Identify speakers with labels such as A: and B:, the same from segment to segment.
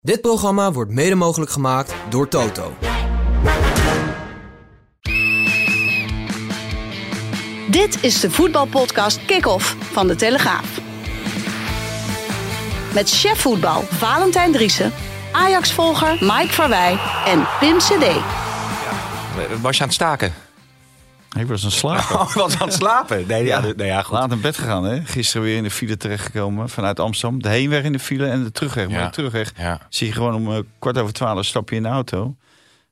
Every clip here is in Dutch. A: Dit programma wordt mede mogelijk gemaakt door Toto.
B: Dit is de voetbalpodcast Kick-Off van De Telegraaf. Met chef voetbal Valentijn Driessen, Ajax-volger Mike Verwij en Pim CD.
C: Eh, Was je aan het staken?
D: Ik was een slaper.
C: Oh, was aan het slapen? Nee, ja, nou ja goed.
D: Laat in bed gegaan, hè? Gisteren weer in de file terechtgekomen vanuit Amsterdam. De heenweg in de file en de terugweg. Maar
C: Ja.
D: de terugweg
C: Ja.
D: zie je gewoon om eh, kwart over twaalf stap je in de auto.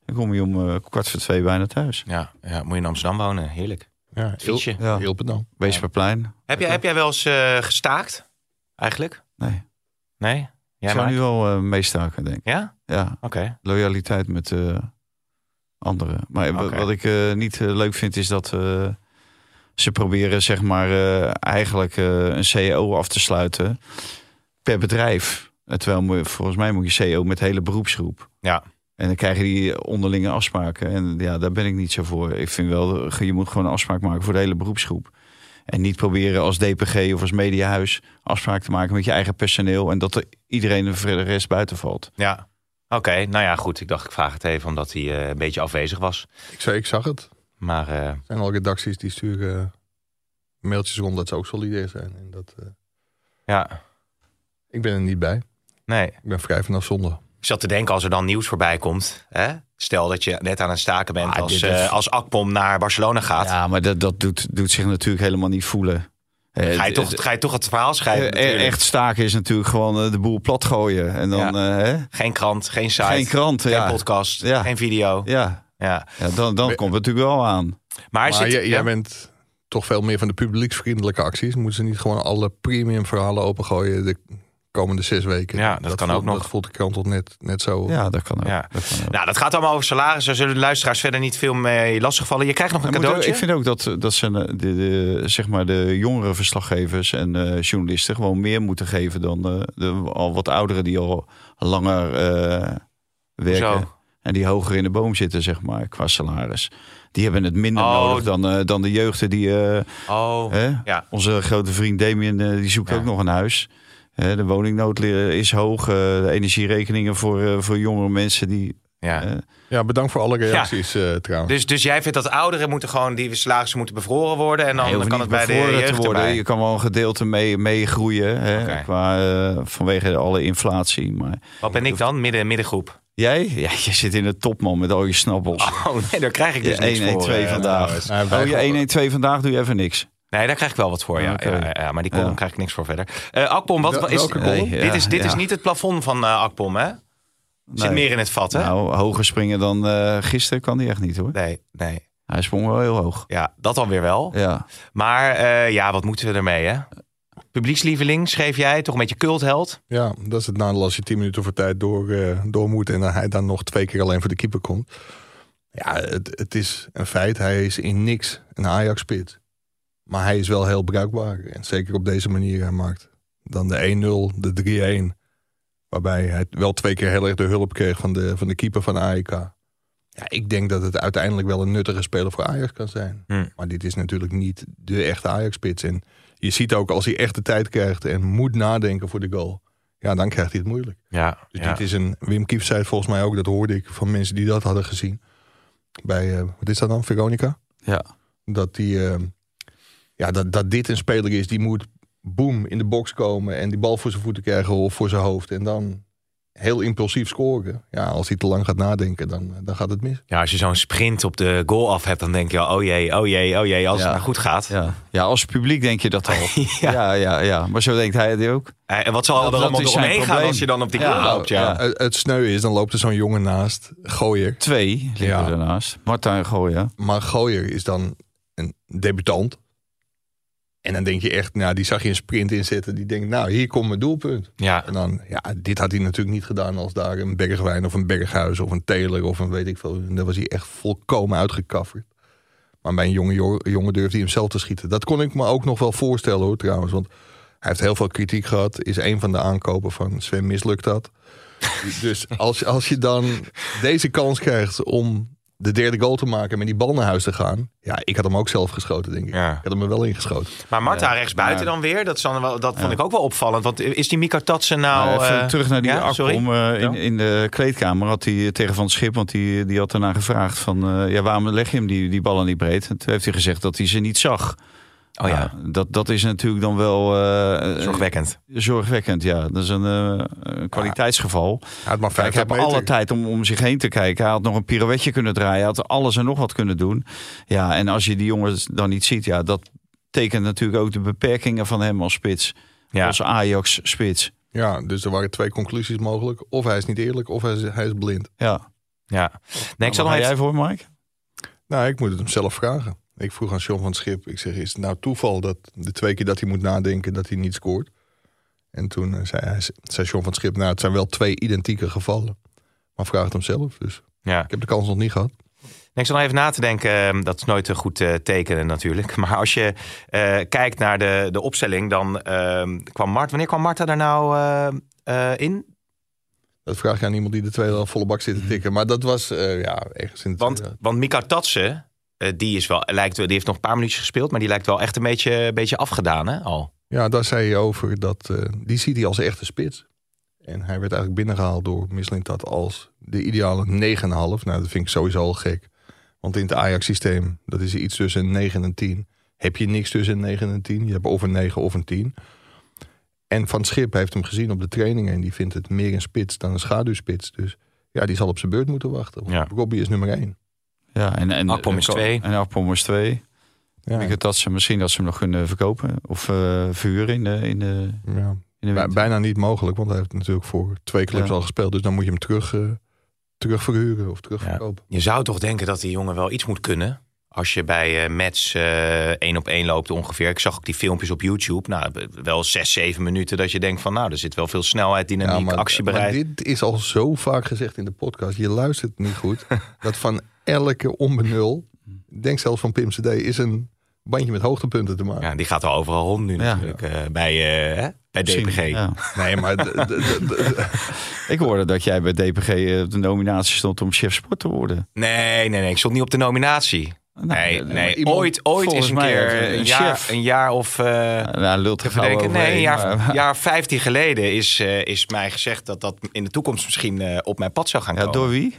D: Dan kom je om eh, kwart voor twee bijna thuis.
C: Ja, ja, moet je in Amsterdam wonen. Heerlijk.
E: Ja,
C: Fietsje.
D: Ja.
E: Hielp het dan?
D: Weesperplein.
C: Heb, jij, heb jij wel eens eh, gestaakt? Eigenlijk?
D: Nee.
C: Nee?
D: Ik
C: Jij
D: zou
C: maar?
D: nu wel eh, meestaken, denk ik.
C: Ja?
D: Ja,
C: Oké.
D: loyaliteit met eh, anderen. Maar w-
C: Oké.
D: wat ik eh, niet eh, leuk vind is dat eh, ze proberen zeg maar eh, eigenlijk eh, een CEO af te sluiten per bedrijf. Eh, Terwijl mo- volgens mij moet je CEO met hele beroepsgroep.
C: Ja.
D: En dan krijgen die onderlinge afspraken. En ja, daar ben ik niet zo voor. Ik vind wel, eh, je moet gewoon een afspraak maken voor de hele beroepsgroep. En niet proberen als DPG of als mediahuis afspraak te maken met je eigen personeel. En dat er iedereen er voor de rest buiten valt.
C: Ja. Oké, nou ja, goed. Ik dacht, ik vraag het even omdat hij eh, een beetje afwezig was.
E: Ik, zei, ik zag het. Er
C: Maar eh,
E: zijn al redacties die sturen eh, mailtjes rond dat ze ook solidair zijn. En dat, eh,
C: ja,
E: ik ben er niet bij.
C: nee.
E: Ik ben vrij vanaf zondag.
C: Ik zat te denken, als er dan nieuws voorbij komt... Hè? Stel dat je net aan het staken bent
D: Ah,
C: als,
D: dit
C: eh,
D: is-
C: als Akpom naar Barcelona gaat.
D: Ja, maar dat, dat doet, doet zich natuurlijk helemaal niet voelen. Eh,
C: Ga, je
D: het-
C: toch,
D: het-
C: ga je toch het verhaal schrijven
D: eh,
C: natuurlijk.
D: echt staken is natuurlijk gewoon eh, de boel plat gooien. En dan eh, hè?
C: Geen krant, geen site,
D: geen krant.
C: geen
D: ja.
C: podcast,
D: Ja.
C: geen video.
D: Ja,
C: Ja.
D: ja dan, dan
E: Maar-
D: komt het natuurlijk wel aan.
C: Maar,
E: Maar
C: zit-
E: jij, jij
C: ja?
E: bent toch veel meer van de publieksvriendelijke acties. Moeten ze niet gewoon alle premium verhalen opengooien de komende zes weken?
C: Ja, dat kan
E: voelt-
C: ook nog.
E: Dat voelt de krant tot net, net zo.
D: Ja, dat kan ook.
C: Ja.
D: Dat kan ook.
C: Nou, dat gaat allemaal over salaris. Daar zullen de luisteraars verder niet veel mee lastigvallen. Je krijgt nog een
D: Maar moet ook-
C: cadeautje.
D: ik vind ook dat, dat ze eh, de, de, zeg maar de jongere verslaggevers en eh, journalisten gewoon meer moeten geven dan eh, de al wat ouderen die al langer eh, werken.
C: Zo.
D: En die hoger in de boom zitten, zeg maar, qua salaris. Die hebben het minder
C: Oh.
D: nodig dan, eh, dan de jeugden die... eh,
C: Oh,
D: hè?
C: ja.
D: Onze grote vriend Damien, eh, die zoekt
C: Ja.
D: ook nog een huis. Hè, de woningnood li- is hoog. eh, de energierekeningen voor, eh, voor jongere mensen die...
C: ja.
D: eh,
E: Ja, bedankt voor alle reacties eh, trouwens.
C: Dus, dus jij vindt dat ouderen moeten gewoon die salarissen moeten bevroren worden en dan
D: je hoeft
C: kan het
D: niet
C: bij de
D: bevroren
C: jeugd
D: te worden.
C: erbij.
D: Je kan wel een gedeelte mee, mee groeien. Hè,
C: Oké.
D: qua, eh, vanwege alle inflatie. Maar
C: Wat ben ik dan? Midden, middengroep.
D: jij? Ja, je zit in de topman met al je snabbels.
C: Oh nee, daar krijg ik
D: je
C: dus niks voor.
D: 112
C: eh,
D: vandaag.
C: trouwens.
E: Nou, wij
D: Oh, je
E: gewoon-
D: 112 vandaag doe je even niks.
C: Nee, daar krijg ik wel wat voor. Ja,
D: Oké.
C: ja, ja, ja, maar die column
D: Ja.
C: krijg ik niks voor verder. Eh Akpom, wat,
E: Wel-
C: wat is,
E: welke column?
D: Nee,
C: dit,
D: ja,
C: is, dit is
D: ja.
C: niet het plafond van eh Akpom, hè? Zit
D: Nee.
C: meer in het vat, hè?
D: Nou, hoger springen dan eh, gisteren kan die echt niet hoor.
C: Nee, nee.
D: Hij sprong wel heel hoog.
C: Ja, dat dan weer wel.
D: Ja,
C: Maar eh, ja, wat moeten we ermee, hè? Publiekslieveling, schreef jij, toch een beetje cultheld.
E: Ja, dat is het nadeel als je tien minuten voor tijd door, eh, door moet en dan hij dan nog twee keer alleen voor de keeper komt. Ja, het, het is een feit. Hij is in niks een Ajax-pit. Maar hij is wel heel bruikbaar. En zeker op deze manier, hij maakt dan de 1-0, de 3-1. Waarbij hij wel twee keer heel erg de hulp kreeg van de, van de keeper van AEK. Ja, ik denk dat het uiteindelijk wel een nuttige speler voor Ajax kan zijn.
C: Hmm.
E: Maar dit is natuurlijk niet de echte Ajax-pits. En je ziet ook als hij echt de tijd krijgt en moet nadenken voor de goal. Ja, dan krijgt hij het moeilijk.
C: Ja,
E: Dus dit is een... Wim Kief zei het volgens mij ook, dat hoorde ik van mensen die dat hadden gezien. Bij, eh, wat is dat dan, Veronica?
D: ja.
E: Dat, die, eh, ja, dat, dat dit een speler is die moet boem in de box komen... en die bal voor zijn voeten krijgen of voor zijn hoofd. En dan heel impulsief scoren. Ja, als hij te lang gaat nadenken, dan, eh, dan gaat het mis.
C: Ja, als je zo'n sprint op de goal af hebt, dan denk je al, oh jee, oh jee, oh jee, als
D: Ja.
C: het maar goed gaat.
D: Ja. ja, als publiek denk je dat al. ja. ja, ja, Maar zo denkt hij het ook.
C: Eh, En wat zal
D: Dat-
C: er
D: dat
C: allemaal
D: is
C: door
D: zijn
C: omheen gaan
D: probleem.
C: als je dan op die
D: Ja,
C: goal loopt? Ja.
D: ja.
E: Nou, eh, Het, het sneu is, dan loopt er zo'n jongen naast, gooier.
D: Twee liepen
E: Ja.
D: ernaast. Martijn Gooien.
E: Maar Gooier is dan een debutant. En dan denk je echt, nou, die zag je een sprint inzetten. Die denkt, nou, hier komt mijn doelpunt.
C: Ja.
E: En dan, ja, dit had hij natuurlijk niet gedaan als daar een Bergwijn of een Berghuis of een Taylor of een weet ik veel. En daar was hij echt volkomen uitgekafferd. Maar bij een jonge jo- jongen durfde hij hem zelf te schieten. Dat kon ik me ook nog wel voorstellen hoor trouwens. Want hij heeft heel veel kritiek gehad. Is een van de aankopen van Sven mislukt dat. dus als, als je dan deze kans krijgt om de derde goal te maken en met die bal naar huis te gaan. Ja, ik had hem ook zelf geschoten denk ik.
C: Ja.
E: Ik had hem er wel ingeschoten.
C: Maar Marta
D: Ja.
C: rechtsbuiten
D: Ja.
C: dan weer, dat, is dan wel, dat vond ik ook wel opvallend. Want is die Mika Tatsen nou...
D: Nou, even
C: eh,
D: terug naar die
C: ja, sorry.
D: Akkom eh, in, in de kleedkamer. Had hij eh, tegen Van het Schip, want die, die had daarna gevraagd van... eh, ja, waarom leg je hem die, die ballen niet breed? En toen heeft hij gezegd dat hij ze niet zag.
C: Oh ja,
D: Nou, dat, dat is natuurlijk dan wel eh,
C: zorgwekkend.
D: zorgwekkend, ja. Dat is een, eh, een kwaliteitsgeval.
E: Hij had maar
D: Kijk, hij had
E: 50 meter.
D: alle tijd om, om zich heen te kijken. Hij had nog een pirouetje kunnen draaien. Hij had alles en nog wat kunnen doen. Ja, en als je die jongens dan niet ziet, ja, dat tekent natuurlijk ook de beperkingen van hem als spits.
C: Ja.
D: Als Ajax-spits.
E: Ja, dus er waren twee conclusies mogelijk. Of hij is niet eerlijk, of hij is, hij is blind.
D: Ja.
C: Ja. Nee, ik zal
D: Waar
C: nog
D: ga
C: even...
D: jij voor, Mike?
E: Nou, ik moet het hem zelf vragen. Ik vroeg aan John van het Schip, ik zeg, is het nou toeval dat de twee keer dat hij moet nadenken dat hij niet scoort? En toen eh, zei, hij, zei John van het Schip, nou het zijn wel twee identieke gevallen. Maar vraag het hem zelf, dus
C: Ja.
E: ik heb de kans nog niet gehad.
C: Nee, Ik zat nog even na te denken, ehm, dat is nooit een goed eh, tekenen natuurlijk. Maar als je eh, kijkt naar de, de opstelling, dan ehm, kwam Mart. Wanneer kwam Marta daar nou eh, eh, in?
E: Dat vraag je aan iemand die de tweede helft volle bak zit te tikken. Maar dat was, eh, ja, ergens in het...
C: Want,
E: ja.
C: want Mika Tatsen, eh, die, is wel, lijkt, wel- die heeft nog een paar minuutjes gespeeld, maar die lijkt wel echt een beetje, een beetje afgedaan hè, al.
E: Ja, daar zei je over dat eh, die ziet hij als echte spits. En hij werd eigenlijk binnengehaald door Mislintat als de ideale 9,5. Nou, dat vind ik sowieso al gek. Want in het Ajax-systeem, dat is iets tussen een 9 en 10. Heb je niks tussen een 9 en een 10. Je hebt of een 9 of een 10. En Van Schip heeft hem gezien op de trainingen. En die vindt het meer een spits dan een schaduwspits. Dus ja, die zal op zijn beurt moeten wachten. Want
C: Ja.
E: Robbie is nummer 1.
D: Ja, en, en
C: Akpom is
D: en-
C: twee.
D: En Akpom is twee.
E: Ja.
D: Ik denk dat ze misschien dat ze hem nog kunnen verkopen of eh verhuren in de, in de,
E: Ja.
D: in de
E: Bij-
D: winter.
E: bijna niet mogelijk, want hij heeft natuurlijk voor twee clubs
D: Ja.
E: al gespeeld. Dus dan moet je hem terug, eh, terugverhuren of terugverkopen.
C: Je zou toch denken dat die jongen wel iets moet kunnen? Als je bij eh match eh, één op één loopt ongeveer. Ik zag ook die filmpjes op YouTube. Nou, wel zes, zeven minuten dat je denkt van... nou, er zit wel veel snelheid, dynamiek, actiebereid.
E: maar dit is al zo vaak gezegd in de podcast. Je luistert niet goed. dat van elke onbenul, denk zelfs van Pim CD, is een bandje met hoogtepunten te maken.
C: Ja, die gaat wel overal rond nu natuurlijk. eh, bij, eh, hè? bij DPG.
D: Misschien, ja.
E: Nee, maar d- d- d- d-
D: Ik hoorde dat jij bij DPG eh, op de nominatie stond om chef sport te worden.
C: Nee, nee, nee. Ik stond niet op de nominatie. nee,
D: eh,
C: nee.
E: iemand-
C: ooit ooit
D: volgens
C: is een
D: mij
C: keer
D: een-
C: een,
D: een
C: jaar,
D: chef.
C: een jaar of... eh,
D: Nou, lult er
C: even
D: gauw
C: denken. nee,
D: overheen,
C: een jaar,
D: maar-
C: jaar 15 geleden is, eh, is mij gezegd dat dat in de toekomst misschien eh, op mijn pad zou gaan
D: Ja,
C: komen.
D: door wie?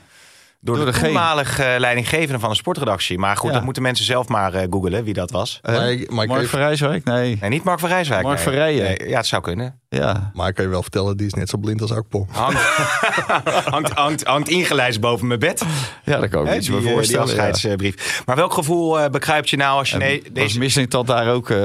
C: Door
D: door
C: de,
D: degene.
C: toenmalige eh, leidinggevende van de sportredactie. Maar goed,
D: Ja.
C: dat moeten mensen zelf maar eh googelen wie dat was.
D: Eh,
E: Maar ik- maar ik
D: Mark
E: even-
D: van Rijswijk? Nee.
C: Nee, niet Mark van Rijswijk.
D: Mark
C: nee.
D: van Rijen.
C: Nee, ja, het zou kunnen.
D: Ja.
E: maar ik kan je wel vertellen, die is net zo blind als Akpom.
C: Hangt, hangt, hangt, hangt ingelijst boven mijn bed.
D: ja, dat kan ik me
C: Hè,
D: iets
C: die,
D: bij
C: eh, die
D: voorstellen. ja.
C: afscheidsbrief. Maar welk gevoel eh, bekruipt je nou als je nee,
D: Was
C: deze
D: Missing dat daar ook eh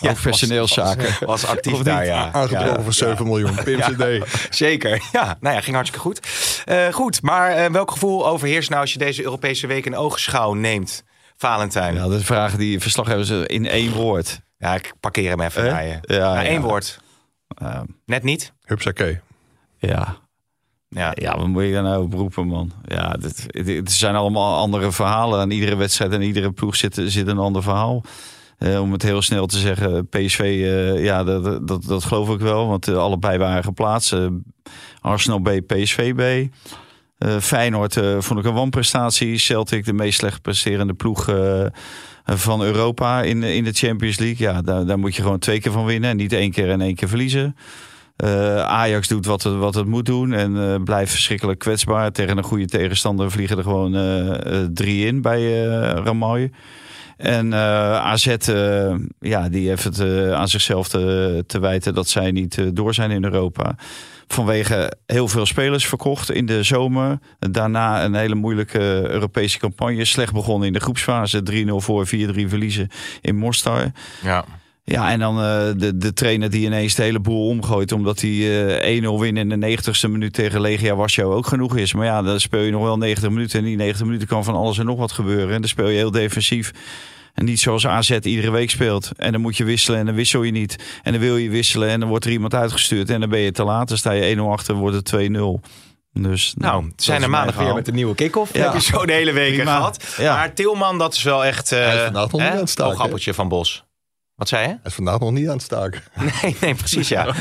D: over personeelszaken?
C: was, was
D: Of
C: actief
D: niet?
C: daar? Ja.
E: Aangetrokken
C: Ja,
E: voor 7 miljoen. Pim CD.
C: zeker. Ja, nou ja, ging hartstikke goed. Eh, goed, maar eh, welk gevoel overheerst nou als je deze Europese week in oogschouw neemt, Valentijn?
D: Ja,
C: Ja,
D: dat is vragen die verslaggevers in één woord.
C: ik parkeer hem even
D: Eh?
C: bij je.
D: Ja,
C: Nou,
D: ja.
C: één woord.
D: Eh,
C: Net niet.
E: Hupsakee.
D: ja.
C: Ja.
D: Ja, wat moet je daar nou op roepen, man? Ja, dit, dit- het zijn allemaal andere verhalen. Aan iedere wedstrijd en iedere ploeg zit, zit een ander verhaal. Eh, om het heel snel te zeggen, PSV, eh, ja, dat, dat- dat, dat geloof ik wel. Want eh, allebei waren geplaatst. Eh, Arsenal B, PSV B. Eh, Feyenoord eh, vond ik een wanprestatie. Celtic, de meest slecht presterende ploeg eh, van Europa in, de- in de Champions League. Ja, daar, daar moet je gewoon twee keer van winnen. En niet één keer en één keer verliezen. Eh, Ajax doet wat het, wat het moet doen en eh, blijft verschrikkelijk kwetsbaar. Tegen een goede tegenstander vliegen er gewoon eh, eh, drie in bij eh Ramalje. En eh, AZ, eh, ja, die heeft het eh, aan zichzelf te, te wijten dat zij niet eh, door zijn in Europa. Vanwege heel veel spelers verkocht in de zomer. Daarna een hele moeilijke Europese campagne. Slecht begonnen in de groepsfase. 3-0 voor, 4-3 verliezen in Mostar.
C: Ja.
D: Ja, en dan eh, de, de trainer die ineens de hele boel omgooit. Omdat die eh 1-0 winnen in de 90ste minuut tegen Legia Warschau ook genoeg is. Maar ja, dan speel je nog wel 90 minuten. En die 90 minuten kan van alles en nog wat gebeuren. En dan speel je heel defensief. En niet zoals AZ iedere week speelt. En dan moet je wisselen en dan wissel je niet. En dan wil je wisselen en dan wordt er iemand uitgestuurd. En dan ben je te laat. Dan sta je 1-0 achter en wordt het 2-0. Dus,
C: Nou,
D: dat
C: het zijn
D: is
C: er
D: mijn
C: maandag weer
D: verhaal.
C: met een nieuwe kick-off.
D: Ja.
C: Heb je zo de hele week
D: Prima.
C: gehad.
D: Ja.
C: Maar Tilman, dat is wel echt...
E: Hij is
C: eh
E: vandaag nog niet aan het staken,
C: oogappeltje van Bos. Wat zei je?
E: Hij is vandaag nog niet aan het staken.
C: Nee, nee, precies ja.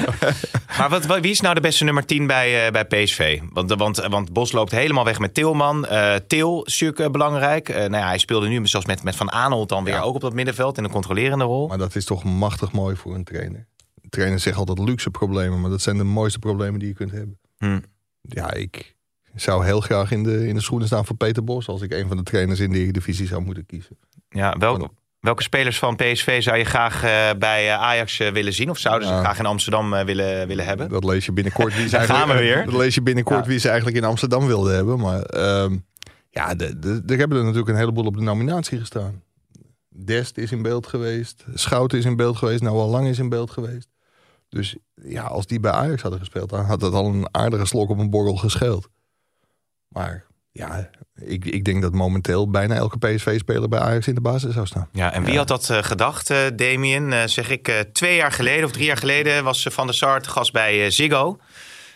C: maar wat, wat- wie is nou de beste nummer 10 bij, eh, bij PSV? Want, want, eh, want Bos loopt helemaal weg met Tilman. Eh Til is natuurlijk eh, belangrijk. Eh, nou ja, hij speelde nu zelfs met, met Van Aanholt dan weer ook op dat middenveld in een controlerende rol.
E: Maar dat is toch machtig mooi voor een trainer. Trainers zeggen altijd luxe problemen, maar dat zijn de mooiste problemen die je kunt hebben.
C: Hmm.
E: Ja, ik zou heel graag in de, in de schoenen staan van Peter Bos als ik een van de trainers in de Eredivisie zou moeten kiezen.
C: Ja, welke, welke spelers van PSV zou je graag eh, bij eh, Ajax eh, willen zien? Of zouden ze
E: Ja.
C: graag in Amsterdam eh, willen, willen hebben?
E: Dat lees je binnenkort wie ze
C: Daar gaan
E: eigenlijk,
C: we weer.
E: Dat lees je binnenkort
C: Ja.
E: wie ze eigenlijk in Amsterdam wilden hebben. Maar ehm, ja, de- de- er hebben er natuurlijk een heleboel op de nominatie gestaan. Dest is in beeld geweest. Schouten is in beeld geweest. Nou, al lang is in beeld geweest. Dus ja, als die bij Ajax hadden gespeeld, dan had dat al een aardige slok op een borrel gescheeld. Maar ja, ik, ik denk dat momenteel bijna elke PSV-speler bij Ajax in de basis zou staan.
C: Ja, en wie had dat eh, gedacht, eh, Damien? Eh, zeg ik, eh, twee jaar geleden of drie jaar geleden was eh, Van der Sar te gast bij eh, Ziggo.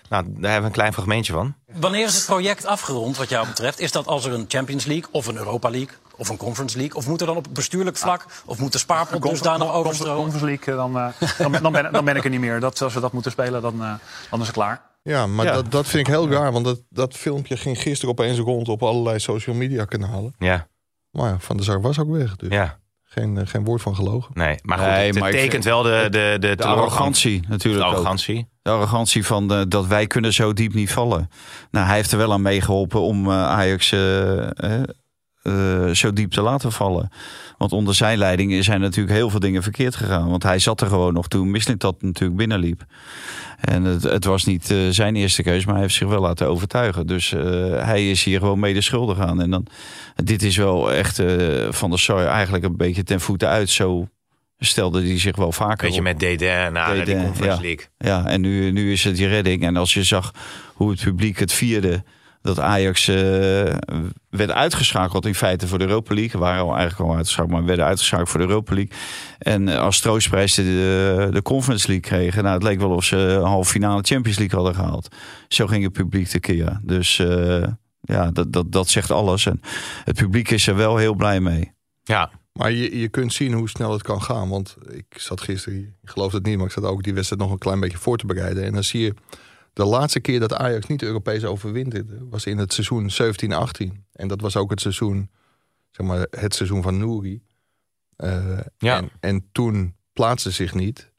C: Nou, daar hebben we een klein fragmentje van.
F: Wanneer is het project afgerond wat jou betreft? Is dat als er een Champions League of een Europa League of een Conference League? Of moet er dan op bestuurlijk vlak of moet de spaarpot
G: Confer-
F: dusdanig
G: Confer-
F: overstromen?
G: Conference League, eh, dan, eh, dan, dan, ben, dan ben ik er niet meer. Dat, als we dat moeten spelen, dan, eh, dan is het klaar.
E: Ja, maar Dat, dat vind ik heel raar, want dat, dat filmpje ging gisteren opeens rond op allerlei social media kanalen.
C: Ja,
E: Maar ja, Van der Sar was ook weg. Dus
C: ja.
E: geen, eh, geen woord van gelogen.
C: Nee, maar goed,
D: Nee,
C: het
D: maar ik
C: tekent
D: vind-
C: wel de, de, de,
D: De arrogantie
C: De
D: natuurlijk ook.
C: arrogantie.
D: De arrogantie van eh, dat wij kunnen zo diep niet vallen. Nou, hij heeft er wel aan meegeholpen om eh, Ajax eh, eh, eh, zo diep te laten vallen. Want onder zijn leiding zijn natuurlijk heel veel dingen verkeerd gegaan. Want hij zat er gewoon nog toen Mislint dat natuurlijk binnenliep. En het, het was niet eh, zijn eerste keus, maar hij heeft zich wel laten overtuigen. Dus eh, hij is hier gewoon mede schuldig aan. En dan, dit is wel echt eh, van der Sar eigenlijk een beetje ten voeten uit. Zo stelde hij zich wel vaker
C: Beetje
D: op.
C: met Deden na die
D: Dédain,
C: Conference
D: ja.
C: League.
D: Ja, en nu, nu is het je redding. En als je zag hoe het publiek het vierde. Dat Ajax eh, werd uitgeschakeld in feite voor de Europa League. Waren al eigenlijk al uitgeschakeld, maar werden uitgeschakeld voor de Europa League. En eh, als troostprijs de, de, de Conference League kregen. Nou, het leek wel of ze een halve finale Champions League hadden gehaald. Zo ging het publiek tekeer. Dus eh, ja, dat, dat, dat zegt alles. En het publiek is er wel heel blij mee.
C: Ja,
E: Maar je, je kunt zien hoe snel het kan gaan. Want ik zat gisteren, ik geloof het niet, maar ik zat ook die wedstrijd nog een klein beetje voor te bereiden. En dan zie je, de laatste keer dat Ajax niet Europees overwinterde, was in het seizoen 17-18. En dat was ook het seizoen, zeg maar, het seizoen van Nouri. Eh,
C: Ja.
E: en, en toen plaatste zich niet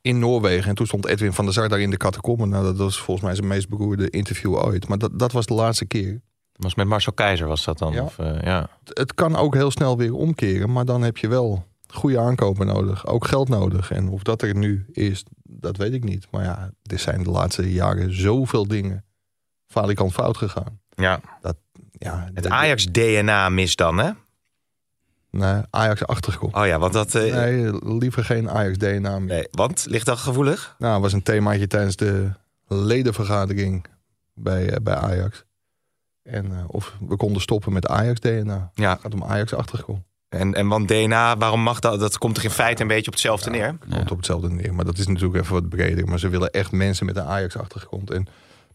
E: in Noorwegen. En toen stond Edwin van der Sar daar in de catacomben. Nou, dat was volgens mij zijn meest beroerde interview ooit. Maar dat, dat was de laatste keer.
C: was met Marcel Keizer was dat dan.
E: Ja.
C: Of, eh, ja.
E: het kan ook heel snel weer omkeren, maar dan heb je wel goede aankopen nodig, ook geld nodig. En of dat er nu is, dat weet ik niet. Maar ja, er zijn de laatste jaren zoveel dingen falikant fout gegaan.
C: Ja.
E: Ja,
C: Het
E: de-
C: Ajax-DNA mis dan, hè?
E: Nee, Ajax achtergekomen.
C: Oh ja, want dat... eh,
E: Nee, liever geen Ajax-DNA meer.
C: nee, want ligt dat gevoelig?
E: Nou, was een themaatje tijdens de ledenvergadering bij, eh, bij Ajax. En eh, of we konden stoppen met Ajax-DNA.
C: Ja.
E: Het gaat om Ajax achtergekomen.
C: En, en want DNA, waarom mag dat? Dat komt er in feite een beetje op hetzelfde neer.
E: komt op hetzelfde neer. Maar dat is natuurlijk even wat breder. Maar ze willen echt mensen met een Ajax-achtergrond. En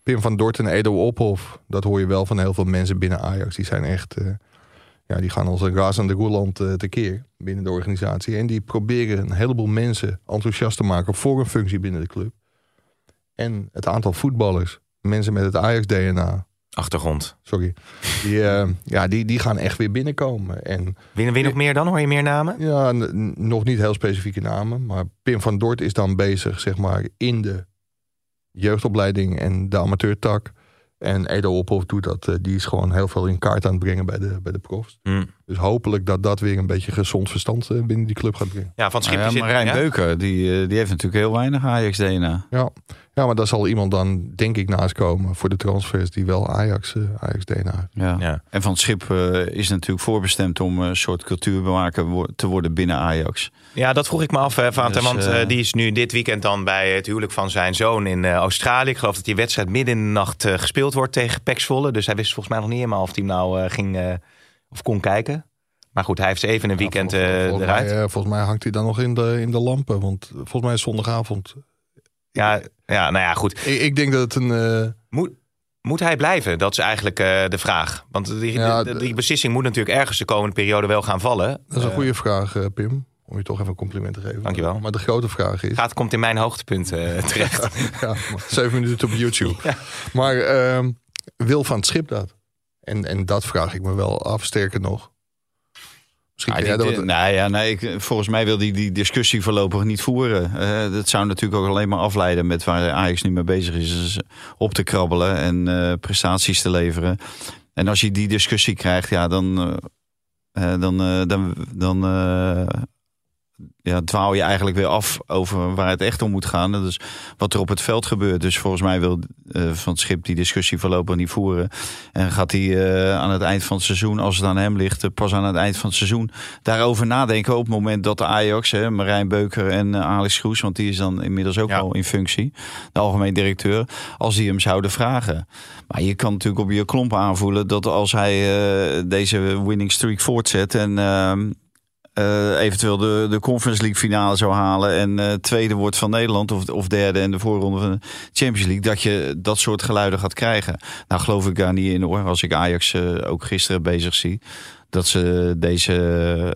E: Pim van Dort en Edo Ophof, dat hoor je wel van heel veel mensen binnen Ajax. Die zijn echt, eh, ja, die gaan als een razende roeland eh, tekeer binnen de organisatie. En die proberen een heleboel mensen enthousiast te maken voor een functie binnen de club. En het aantal voetballers, mensen met het Ajax-DNA,
C: Achtergrond.
E: sorry, die, eh, ja, die, die gaan echt weer binnenkomen. En
C: Wie, wie nog meer dan? Hoor je meer namen?
E: ja, n- n- nog niet heel specifieke namen. Maar Pim van Dort is dan bezig, zeg maar, in de jeugdopleiding en de amateurtak. En Edo Ophof doet dat. eh, Die is gewoon heel veel in kaart aan het brengen bij de, bij de profs.
C: Hm.
E: Dus hopelijk dat dat weer een beetje gezond verstand eh, binnen die club gaat brengen.
C: Nou Ja, van
D: Maar
C: Schipje
D: ja,
C: zit...
D: Marijn
C: ja?
D: Beuker, die, eh, die heeft natuurlijk heel weinig Ajax-DNA.
E: Ja. ja, maar daar zal iemand dan, denk ik, naast komen voor de transfers die wel Ajax, eh, Ajax DNA heeft.
D: Ja.
C: Ja.
D: En Van het Schip eh, is natuurlijk voorbestemd om eh, een soort cultuurbewaker wo- te worden binnen Ajax.
C: Ja, dat vroeg ik me af, hè, Vater.
D: Dus,
C: want eh,
D: eh,
C: die is nu dit weekend dan bij het huwelijk van zijn zoon in eh, Australië. Ik geloof dat die wedstrijd midden in de nacht eh, gespeeld wordt tegen Pax Volle. Dus hij wist volgens mij nog niet helemaal of hij hem nou eh, ging eh, of kon kijken. Maar goed, hij heeft even een weekend
E: Ja,
C: eh,
E: volgens, volgens
C: eruit.
E: Mij, eh, volgens mij hangt hij dan nog in de, in de lampen. Want volgens mij is zondagavond.
C: ja, ja, nou ja, goed.
E: Ik, ik denk dat het een. eh,
C: Moet, moet hij blijven? Dat is eigenlijk eh, de vraag. Want die,
E: Ja,
C: die,
E: de-
C: die beslissing moet natuurlijk ergens de komende periode wel gaan vallen.
E: dat is een
C: Eh,
E: goede vraag, eh, Pim. Om je toch even een compliment te geven.
C: Dankjewel.
E: Maar de grote vraag is.
C: Gaat, komt in mijn hoogtepunt eh, terecht.
E: ja, maar zeven minuten op YouTube. Maar ehm, wil van het schip dat? En, en dat vraag ik me wel af, sterker nog. Misschien
D: Ah,
E: kun jij
D: die-
E: dat
D: die-
E: wat-
D: nou ja, nee, ik, volgens mij wil hij die, discussie voorlopig niet voeren. Eh, dat zou natuurlijk ook alleen maar afleiden met waar Ajax nu mee bezig is. is op te krabbelen en eh, prestaties te leveren. En als je die discussie krijgt, ja, dan, eh, eh, dan, eh, dan, dan eh, ja, dwaal je eigenlijk weer af over waar het echt om moet gaan. Dat is wat er op het veld gebeurt. Dus volgens mij wil eh, Van het Schip die discussie voorlopig niet voeren. En gaat hij eh, aan het eind van het seizoen, als het aan hem ligt, eh, pas aan het eind van het seizoen daarover nadenken. Op het moment dat de Ajax, hè, Marijn Beuker en eh, Alex Groes, want die is dan inmiddels ook
C: Ja.
D: al in functie, de algemeen directeur, als die hem zouden vragen. Maar je kan natuurlijk op je klomp aanvoelen dat als hij eh, deze winning streak voortzet en. ehm, eh, eventueel de, de Conference League finale zou halen en eh, tweede wordt van Nederland of, of derde en de voorronde van de Champions League, dat je dat soort geluiden gaat krijgen. Nou geloof ik daar niet in hoor, als ik Ajax eh, ook gisteren bezig zie, dat ze deze,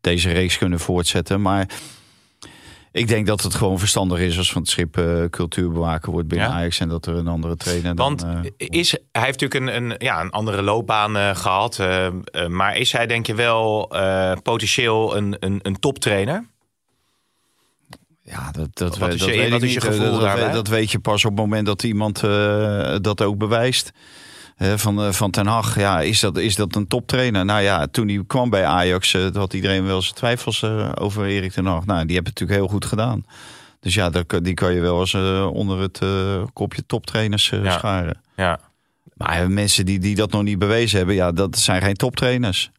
D: deze reeks kunnen voortzetten. Maar ik denk dat het gewoon verstandig is als van het schip eh cultuurbewaker wordt binnen
C: Ja.
D: Ajax en dat er een andere trainer dan...
C: Want
D: eh,
C: is, hij heeft natuurlijk een, een, ja, een andere loopbaan eh, gehad. eh, eh, maar is hij denk je wel eh, potentieel een, een, een toptrainer?
D: Ja, dat, dat,
C: Wat
D: we-
C: is
D: dat
C: je-
D: weet
C: wat
D: ik
C: is je
D: niet. Eh,
C: gevoel
D: dat, dat
C: daarbij?
D: weet- dat weet je pas op het moment dat iemand eh, dat ook bewijst. Hè, van, eh, van Ten Hag, ja, is dat, is dat een toptrainer? Nou ja, toen hij kwam bij Ajax, eh, had iedereen wel zijn twijfels eh, over Erik Ten Hag. Nou, die hebben het natuurlijk heel goed gedaan. Dus ja, daar kan- die kan je wel eens eh, onder het eh, kopje toptrainers eh,
C: Ja.
D: scharen.
C: Ja.
D: Maar eh, mensen die, die dat nog niet bewezen hebben, ja, dat zijn geen toptrainers.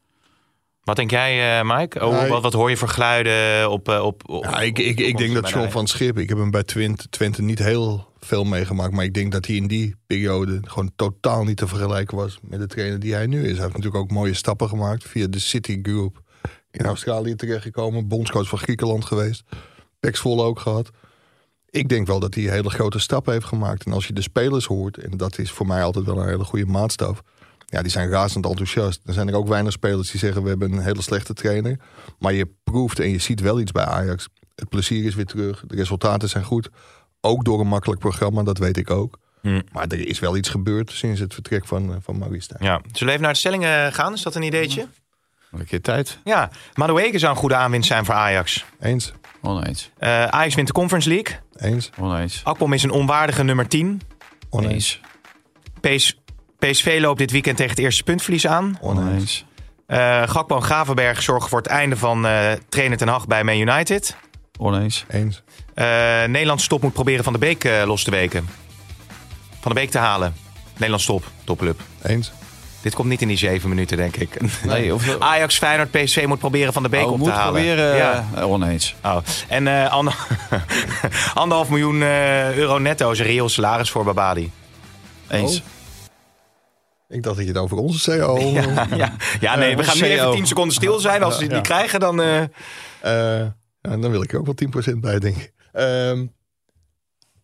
C: Wat denk jij, eh, Mike? Oh,
E: Nou,
C: wat, wat hoor je voor geluiden op... eh, op, op
E: Ja, ik, ik,
C: op-
E: ik denk
C: bijna-
E: dat John van Schip, ik heb hem bij Twente, Twente niet heel veel meegemaakt, maar ik denk dat hij in die periode gewoon totaal niet te vergelijken was met de trainer die hij nu is. Hij heeft natuurlijk ook mooie stappen gemaakt via de City Group in Australië terechtgekomen, bondscoach van Griekenland geweest, Pax Volle ook gehad. Ik denk wel dat hij hele grote stappen heeft gemaakt. En als je de spelers hoort, en dat is voor mij altijd wel een hele goede maatstaf. Ja, die zijn razend enthousiast. Er zijn er ook weinig spelers die zeggen: We hebben een hele slechte trainer. Maar je proeft en je ziet wel iets bij Ajax. Het plezier is weer terug. De resultaten zijn goed. Ook door een makkelijk programma, dat weet ik ook.
C: Hm.
E: Maar er is wel iets gebeurd sinds het vertrek van, eh, van Maurice Stijn.
C: Ja. Zullen we even naar de stellingen eh, gaan? Is dat een ideetje?
D: Mhm. Nog een keer tijd.
C: Ja. Madueke zou een goede aanwinst zijn voor Ajax.
E: Eens,
D: Oneens.
C: Eh, Ajax wint de Conference League.
E: eens,
D: Oneens.
C: Akpom is een onwaardige nummer 10.
E: oneens,
C: PS PSV loopt dit weekend tegen het eerste puntverlies aan.
E: oneens,
C: Eh, Gakpo en Gravenberg zorgen voor het einde van eh, trainer Ten Hag bij Man United.
D: Oneens.
E: eens,
C: Eh Nederlandse top moet proberen Van de Beek eh, los te weken. Van de Beek te halen. Nederlands top, topclub.
E: eens.
C: Dit komt niet in die zeven minuten, denk ik.
D: Nee, of...
C: Ajax, Feyenoord, PSV moet proberen Van de Beek
D: Oh,
C: op
D: moet
C: te halen.
D: proberen.
C: Ja.
D: eh, Oneens.
C: Oh. En eh, ander- anderhalf miljoen eh, euro netto is een reëel salaris voor Babadi. Oh,
D: Eens.
E: Ik dacht dat je het over onze CEO.
C: Ja, ja. ja, nee, we
D: Eh,
C: gaan nu even
D: CEO.
C: 10 seconden stil zijn. Als we die
E: Ja.
C: krijgen, dan... eh,
E: Eh, en dan wil ik er ook wel 10% bij, denk ik. Ehm,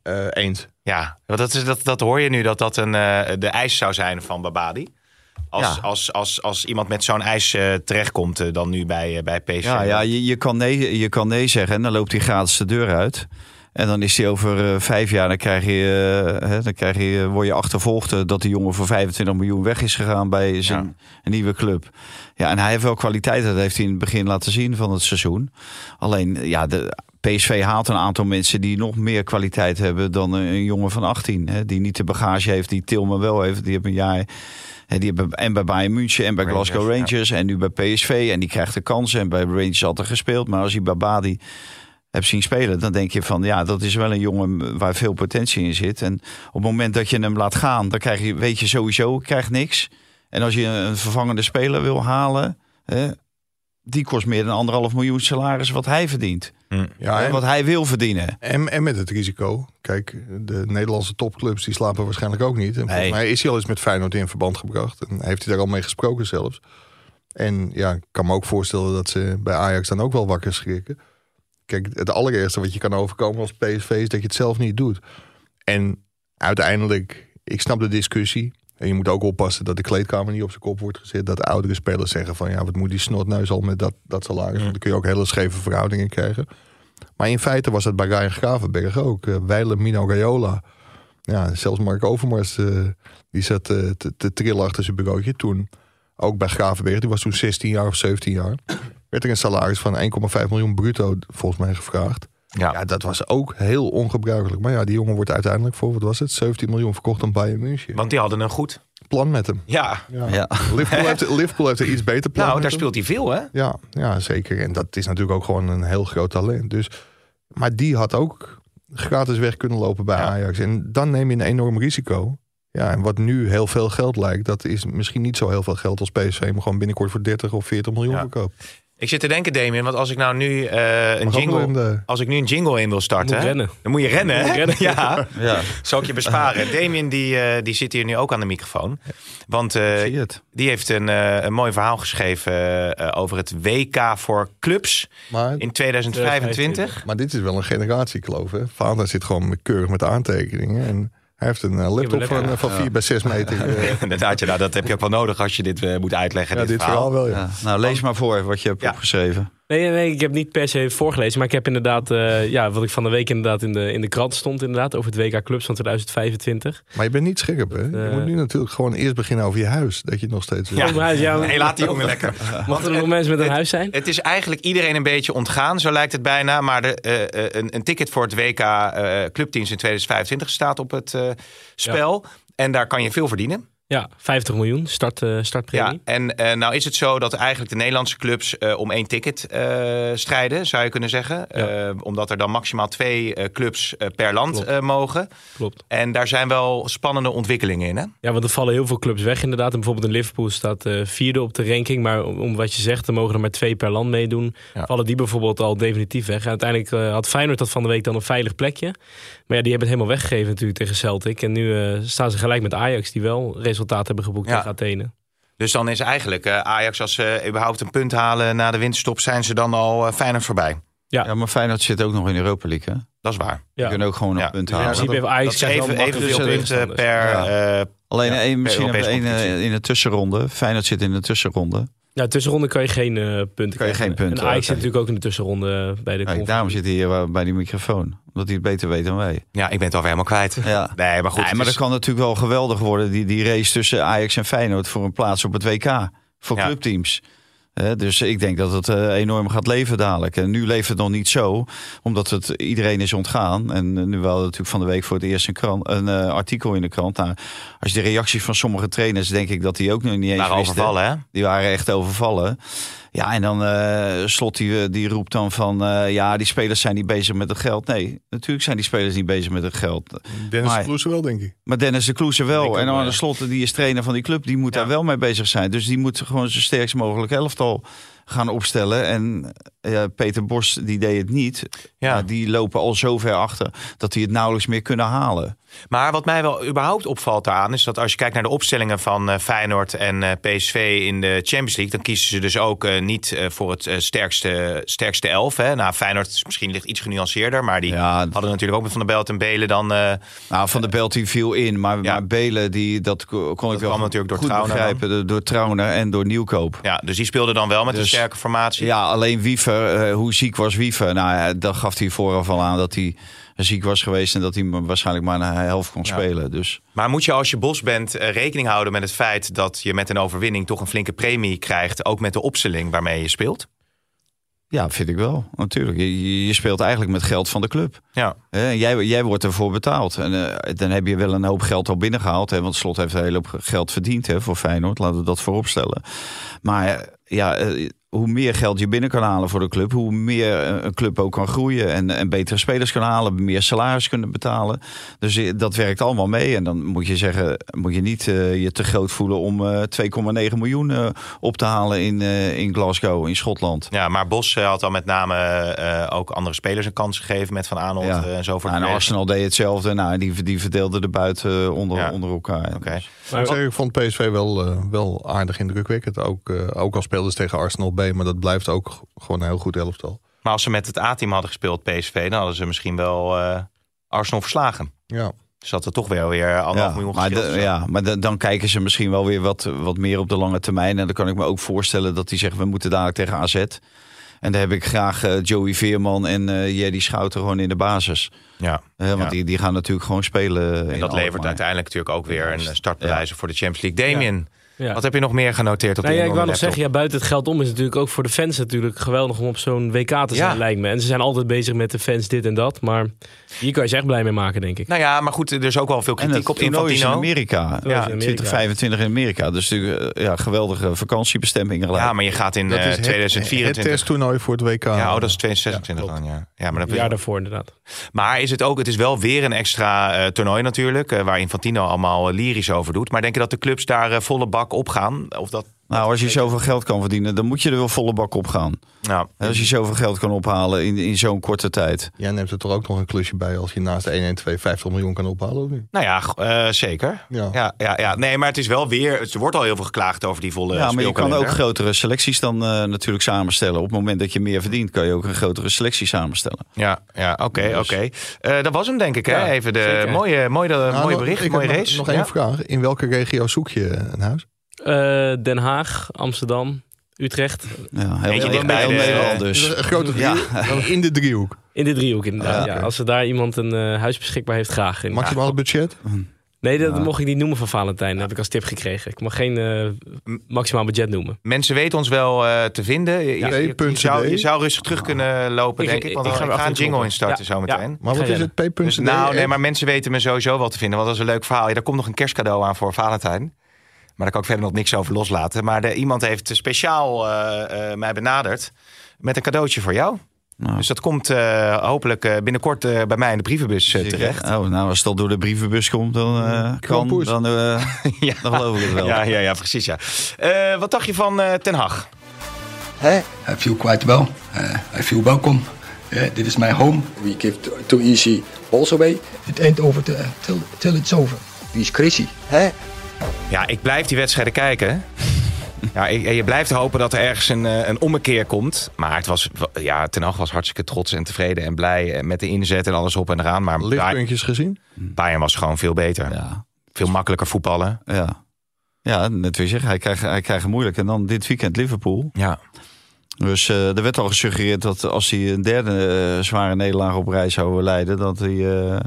E: eh, eens.
C: Ja, want dat, is, dat, dat hoor je nu dat dat een, eh, de eis zou zijn van Babadi. Als,
D: Ja.
C: als, als, als iemand met zo'n eis eh, terechtkomt eh, dan nu bij, eh, bij PSV.
D: Ja, ja je, je, kan nee, je kan nee zeggen en dan loopt hij gratis de deur uit. En dan is hij over eh, vijf jaar, dan, krijg je, eh, hè, dan krijg je, word je achtervolgd eh, dat die jongen voor 25 miljoen weg is gegaan bij zijn nieuwe club. Ja, en hij heeft wel kwaliteit, dat heeft hij in het begin laten zien van het seizoen. Alleen, ja, de PSV haalt een aantal mensen die nog meer kwaliteit hebben dan een, een jongen van 18. Hè, die niet de bagage heeft, die Tilman wel heeft. Die hebben een jaar Hè, die hebben en bij Bayern München en bij
C: Rangers,
D: Glasgow
C: ja.
D: Rangers en nu bij PSV. En die krijgt de kansen en bij Rangers had er gespeeld. Maar als je Babadi hebt zien spelen, dan denk je van... ja, dat is wel een jongen waar veel potentie in zit. En op het moment dat je hem laat gaan, dan krijg je, weet je sowieso krijgt niks. En als je een vervangende speler wil halen... Hè, die kost meer dan anderhalf miljoen salaris wat hij verdient.
E: Ja,
D: Hè,
E: en,
D: wat hij wil verdienen.
E: en, en met het risico. Kijk, de Nederlandse topclubs die slapen waarschijnlijk ook niet. En volgens
D: Nee.
E: mij is hij al eens met Feyenoord in verband gebracht. En heeft hij daar al mee gesproken zelfs. En ja, ik kan me ook voorstellen dat ze bij Ajax dan ook wel wakker schrikken. Kijk, het allereerste wat je kan overkomen als PSV is dat je het zelf niet doet. En uiteindelijk, ik snap de discussie. En je moet ook oppassen dat de kleedkamer niet op zijn kop wordt gezet. Dat de oudere spelers zeggen van ja, wat moet die snotneus al met dat, dat salaris. Want dan kun je ook hele scheve verhoudingen krijgen. Maar in feite was dat bij Ryan Gravenberg ook. Eh, Weiler, Mino Raiola. Ja, zelfs Mark Overmars eh, die zat eh, te, te trillen achter zijn bureautje toen. Ook bij Gravenberg, die was toen 16 jaar of 17 jaar. Werd er een salaris van 1,5 miljoen bruto volgens mij gevraagd.
C: Ja.
E: Ja, dat was ook heel ongebruikelijk. Maar ja, die jongen wordt uiteindelijk voor, wat was het? 17 miljoen verkocht aan Bayern München.
C: Want die hadden een goed.
E: Plan met hem.
C: Ja,
D: Ja.
E: Liverpool, heeft, Liverpool heeft een iets beter plan.
C: nou,
E: met
C: daar
E: hem.
C: speelt hij veel, hè?
E: Ja, ja, zeker. En dat is natuurlijk ook gewoon een heel groot talent. Dus, maar die had ook gratis weg kunnen lopen bij
C: Ja.
E: Ajax. En dan neem je een enorm risico. Ja, en wat nu heel veel geld lijkt, dat is misschien niet zo heel veel geld als PSV hem gewoon binnenkort voor 30 of 40 miljoen
C: Ja.
E: verkoopt.
C: Ik zit te denken, Damien, want als ik nou nu eh, een
E: Mag ook wel in
C: jingle...
E: de-
C: Als ik nu een jingle in wil starten...
H: Moet
C: hè,
H: rennen.
C: Dan moet je rennen, hè?
H: Moet rennen.
C: Ja,
D: Ja,
C: zal ik je besparen. Damien, die, eh, die zit hier nu ook aan de microfoon. Want eh,
D: zie je het.
C: die heeft een, eh, een mooi verhaal geschreven eh, over het WK voor clubs
E: Maar,
C: in 2025.
E: maar dit is wel een generatiekloof. Hè? Vader zit gewoon met- keurig met aantekeningen. En hij heeft een eh, laptop
H: lekker,
E: van, eh, van 4 bij 6 meter. eh,
C: Inderdaad, ja, nou, dat heb je ook wel nodig als je dit eh, moet uitleggen.
E: ja,
C: dit, verhaal.
E: wel, ja.
D: Ja. Nou, lees maar voor even wat je hebt
C: Ja.
D: opgeschreven.
H: Nee, nee, nee, ik heb niet per se voorgelezen. Maar ik heb inderdaad, eh, ja, wat ik van de week inderdaad in de, in de krant stond, inderdaad, over het WK Clubs van 2025.
E: Maar je bent niet scherp, hè? Je
H: Eh.
E: moet nu natuurlijk gewoon eerst beginnen over je huis. Dat je het nog steeds... wil.
C: Ja.
H: Volgens mij is- ja,
C: Hey, laat die jongen lekker.
H: Mochten er nog mensen met een huis zijn?
C: Het is eigenlijk iedereen een beetje ontgaan, zo lijkt het bijna. Maar de, eh, eh, een, een ticket voor het WK eh Clubteams in 2025 staat op het eh, spel. En daar kan je veel verdienen.
H: Ja, 50 miljoen start, eh,
C: Ja,
H: startpremie.
C: en eh, nou is het zo dat eigenlijk de Nederlandse clubs eh, om één ticket eh, strijden, zou je kunnen zeggen. Eh, omdat er dan maximaal twee eh, clubs eh, per land eh, mogen.
H: Klopt.
C: En daar zijn wel spannende ontwikkelingen in. Hè?
H: Ja, want er vallen heel veel clubs weg inderdaad. En bijvoorbeeld in Liverpool staat eh, vierde op de ranking. Maar om, om wat je zegt, er mogen er maar twee per land meedoen.
C: Ja.
H: Vallen die bijvoorbeeld al definitief weg. En uiteindelijk eh, had Feyenoord dat van de week dan een veilig plekje. Maar ja, die hebben het helemaal weggegeven natuurlijk tegen Celtic. En nu eh, staan ze gelijk met Ajax, die wel resultaat hebben geboekt
C: Ja.
H: tegen Athene.
C: Dus dan is eigenlijk eh, Ajax, als ze überhaupt een punt halen na de winterstop, zijn ze dan al eh Feyenoord voorbij.
H: Ja.
D: Ja, maar Feyenoord zit ook nog in de Europa League, hè?
C: Dat is waar.
D: Die
H: Ja.
D: kunnen ook gewoon
C: Ja.
D: een punt
H: in
D: halen.
H: principe heeft Ajax
C: Dat is
H: krijgt wel
C: even, even
H: makkelijk
C: veel
H: veel
C: punten
H: tegenstanders.
C: per... eh,
D: Alleen
C: Ja,
D: één, misschien
C: Europese
D: hebben we één
C: competitie.
D: eh, in de tussenronde. Feyenoord zit in de tussenronde.
H: Nou, tussenronde kan je geen eh, punten
D: Kan je
H: krijgen.
D: geen punten,
H: En Ajax
D: oké.
H: zit natuurlijk ook in de tussenronde eh, bij de
D: Kijk,
H: conference.
D: daarom zit hij hier eh, bij die microfoon. Omdat hij het beter weet dan wij.
C: ja, ik ben het alweer helemaal kwijt.
D: Ja.
C: Nee, maar goed.
D: Nee,
C: het
D: maar
C: is-
D: dat kan natuurlijk wel geweldig worden, die, die race tussen Ajax en Feyenoord voor een plaats op het WK. Voor
C: Ja.
D: clubteams. Eh, dus ik denk dat het eh, enorm gaat leven dadelijk. En nu leeft het nog niet zo, omdat het iedereen is ontgaan. En eh, nu wel natuurlijk van de week voor het eerst een, krant, een eh, artikel in de krant. Nou, als je de reacties van sommige trainers, denk ik dat die ook nog niet eens
C: waren
D: wisten.
C: overvallen, hè?
D: Die waren echt overvallen. Ja, en dan eh, Slot die, die roept dan van... eh, ja, die spelers zijn niet bezig met het geld. Nee, natuurlijk zijn die spelers niet bezig met het geld.
E: Dennis
D: Maar-
E: Kloes wel, denk ik.
D: Maar Dennis de Kloeze wel. En
H: wel,
D: Arne
H: ja.
D: Slot, die is trainer van die club, die moet
C: Ja.
D: daar wel mee bezig zijn. Dus die moet gewoon zo sterkst mogelijk elftal gaan opstellen. En eh, Peter Bos, die deed het niet.
C: Ja.
D: Maar die lopen al zo ver achter dat die het nauwelijks meer kunnen halen.
C: Maar wat mij wel überhaupt opvalt daaraan... is dat als je kijkt naar de opstellingen van eh, Feyenoord en eh, PSV in de Champions League... dan kiezen ze dus ook eh, niet eh, voor het eh, sterkste, sterkste elf. Hè? Nou, Feyenoord is misschien ligt iets genuanceerder... maar die
D: Ja, dat-
C: hadden natuurlijk ook met Van der Belt en Belen dan... eh,
D: Nou, Van der Belt die viel in, maar,
C: Ja.
D: maar Belen, die, dat ko- kon ik wel
C: kwam natuurlijk door
D: goed
C: Trauner dan.
D: begrijpen. Door- Door Trauner en door Nieuwkoop.
C: ja, dus die speelden dan wel met een
D: Dus-
C: sterke formatie.
D: Ja, alleen Wiever, eh, hoe ziek was Wiever? Nou, ja, dat gaf hij vooraf al aan dat hij ziek was geweest... en dat hij waarschijnlijk maar een helft kon spelen. Dus...
C: Maar moet je als je bos bent eh, rekening houden met het feit... dat je met een overwinning toch een flinke premie krijgt... ook met de opstelling waarmee je speelt?
D: Ja, vind ik wel. Natuurlijk. Je, je- je speelt eigenlijk met geld van de club.
C: Ja.
D: Hè, en jij, jij wordt ervoor betaald. En eh, dan heb je wel een hoop geld al binnengehaald. Hè, want Slot heeft een hele hoop geld verdiend hè, voor Feyenoord. Laten we dat vooropstellen. Maar eh, ja, eh, hoe meer geld je binnen kan halen voor de club... hoe meer eh, een club ook kan groeien. En, en betere spelers kan halen. Meer salaris kunnen betalen. Dus eh, dat werkt allemaal mee. En dan moet je zeggen, moet je niet eh, je te groot voelen... om eh, 2,9 miljoen eh, op te halen in, eh, in Glasgow, in Schotland.
C: Ja, maar Bos eh, had dan met name eh, ook andere spelers een kans gegeven met Van Aanholt
D: Ja.
C: eh, en zo voor
D: Nou,
C: de
D: en
C: rest.
D: Arsenal deed hetzelfde. Nou, die, die verdeelden de buiten onder,
C: Ja.
D: onder elkaar.
C: Oké.
H: Maar-
E: Ik moet zeggen, ik vond PSV wel, eh, wel aardig indrukwekkend. Ook, eh, ook als speelden ze tegen Arsenal B, maar dat blijft ook gewoon een heel goed elftal.
C: Maar als ze met het A-team hadden gespeeld, PSV, dan hadden ze misschien wel eh, Arsenal verslagen.
E: Ja.
C: Dus dat er toch wel weer anderhalf
D: Ja,
C: miljoen
D: maar,
C: gespeeld.
D: de-
C: is.
D: ja, maar de- dan kijken ze misschien wel weer wat, wat meer op de lange termijn. En dan kan ik me ook voorstellen dat die zeggen... we moeten dadelijk tegen AZ. En daar heb ik graag eh, Joey Veerman en eh Jerry Schouten gewoon in de basis.
C: Ja.
D: Hè, want
C: Ja.
D: die, die gaan natuurlijk gewoon spelen.
C: En dat levert uiteindelijk natuurlijk ook weer een startbewijzer voor de Champions League. Damien,
H: Ja.
C: wat heb je nog meer genoteerd op
H: Nou
C: die
H: ja, ik wou nog
C: enorme
H: zeggen, ja, buiten het geld om is het natuurlijk ook voor de fans natuurlijk geweldig om op zo'n WK te zijn,
C: Ja.
H: lijkt me. En ze zijn altijd bezig met de fans dit en dat, maar hier kan je ze echt blij mee maken, denk ik.
C: laptop? Nou ja, maar goed, er is ook wel veel
D: En
C: kritiek
D: het
C: op
D: toernooi is in
C: Infantino.
D: Amerika.
H: in Amerika.
D: 2025 in Amerika. Dus natuurlijk eh, ja, geweldige vakantiebestemming. gelijk.
C: Ja, maar je gaat in
E: Dat
C: eh,
E: is het- Het
C: 2024...
E: testtoernooi voor het WK.
C: Ja, oh, dat is 2026 dan, ja. ja maar,
H: Een
C: dat
H: jaar daarvoor inderdaad.
C: maar is het ook, het is wel weer een extra eh, toernooi natuurlijk, eh, waar Infantino allemaal eh, lyrisch over doet. Maar denk je dat de clubs daar eh, volle bak op gaan? Of dat,
D: Nou, als je zoveel geld kan verdienen, dan moet je er wel volle bak op gaan.
C: nou,
D: Hè, Als je zoveel geld kan ophalen in, in zo'n korte tijd.
E: Jij neemt er toch ook nog een klusje bij als je naast 112 50 miljoen kan ophalen? Of niet?
C: nou ja, g- eh, zeker.
E: Ja.
C: Ja, ja, ja. Nee, maar het is wel weer, er wordt al heel veel geklaagd over die volle
D: ja, maar je kan
C: speelkalender.
D: ook grotere selecties dan eh, natuurlijk samenstellen. Op het moment dat je meer verdient, kan je ook een grotere selectie samenstellen.
C: Ja, ja oké,
E: Dus-
C: oké. Eh, dat was hem denk ik, hè?
H: Ja,
C: Even de
H: zeker.
C: mooie, mooie,
E: Nou,
C: mooie
E: nog-
C: bericht,
E: ik heb
C: mooie
E: nog-
C: race.
E: Nog
C: Ja.
E: één vraag. In welke regio zoek je een huis?
H: Eh, Den Haag, Amsterdam, Utrecht,
D: Ja, heel
C: Eentje
D: heel
C: dichtbij de-
D: Nederland dus.
E: Een grote driehoek. In de driehoek.
H: in de driehoek inderdaad.
D: Ah,
H: ja.
D: oké.
H: Als er daar iemand een eh, huis beschikbaar heeft, graag. In.
E: Maximaal budget?
H: Nee, dat mocht ik niet noemen van Valentijn, dat heb ik als tip gekregen. Ik mag geen eh, maximaal budget noemen.
C: Mensen weten ons wel eh, te vinden. Je, je- je,
E: P.D.
C: zou, je zou rustig terug
D: Ah.
C: kunnen lopen,
H: Ik-
C: denk ik. Want
H: ik
C: ik,
H: ga
C: ik
H: weer
C: ga een
H: achter de
C: jingle
H: knoppen.
C: instarten
H: Ja,
C: zo meteen.
E: Maar wat is het? P.D.
C: Dus, nou, nee, maar mensen weten me sowieso wel te vinden. Want dat is een leuk verhaal. Ja, daar komt nog een kerstcadeau aan voor Valentijn. Maar daar kan ik verder nog niks over loslaten. Maar de, iemand heeft speciaal eh, eh, mij benaderd met een cadeautje voor jou.
D: Nou.
C: Dus dat komt eh, hopelijk eh, binnenkort eh, bij mij in de brievenbus eh, terecht.
D: Oh, nou, als dat door de brievenbus komt, dan eh, kan,
E: Kampoes.
D: dan, eh,
C: Ja.
D: dan geloof ik het wel.
C: Ja, ja, ja, precies. Ja. Eh, wat dacht je van eh, Ten Hag?
I: Hey, I feel quite well. Uh, I feel welcome. Uh, this is my home. We give t- too easy balls away. It ain't over t- till, till it's over. Wie is Chrissy? Hey.
C: Ja, ik blijf die wedstrijden kijken. Ja, ik- je blijft hopen dat er ergens een, eh, een ommekeer komt. Maar het was, ja, Ten Hag was hartstikke trots en tevreden en blij eh, met de inzet en alles op en eraan. Maar Bay-
E: Lichtpuntjes gezien?
C: Bayern was gewoon veel beter.
D: Ja,
C: Veel makkelijker voetballen.
D: ja. ja, net weer zeggen, hij krijgt, hij krijgt het moeilijk. En dan dit weekend Liverpool.
C: Ja.
D: Dus eh, er werd al gesuggereerd dat als hij een derde eh, zware nederlaag op rij zou leiden, dat hij, eh,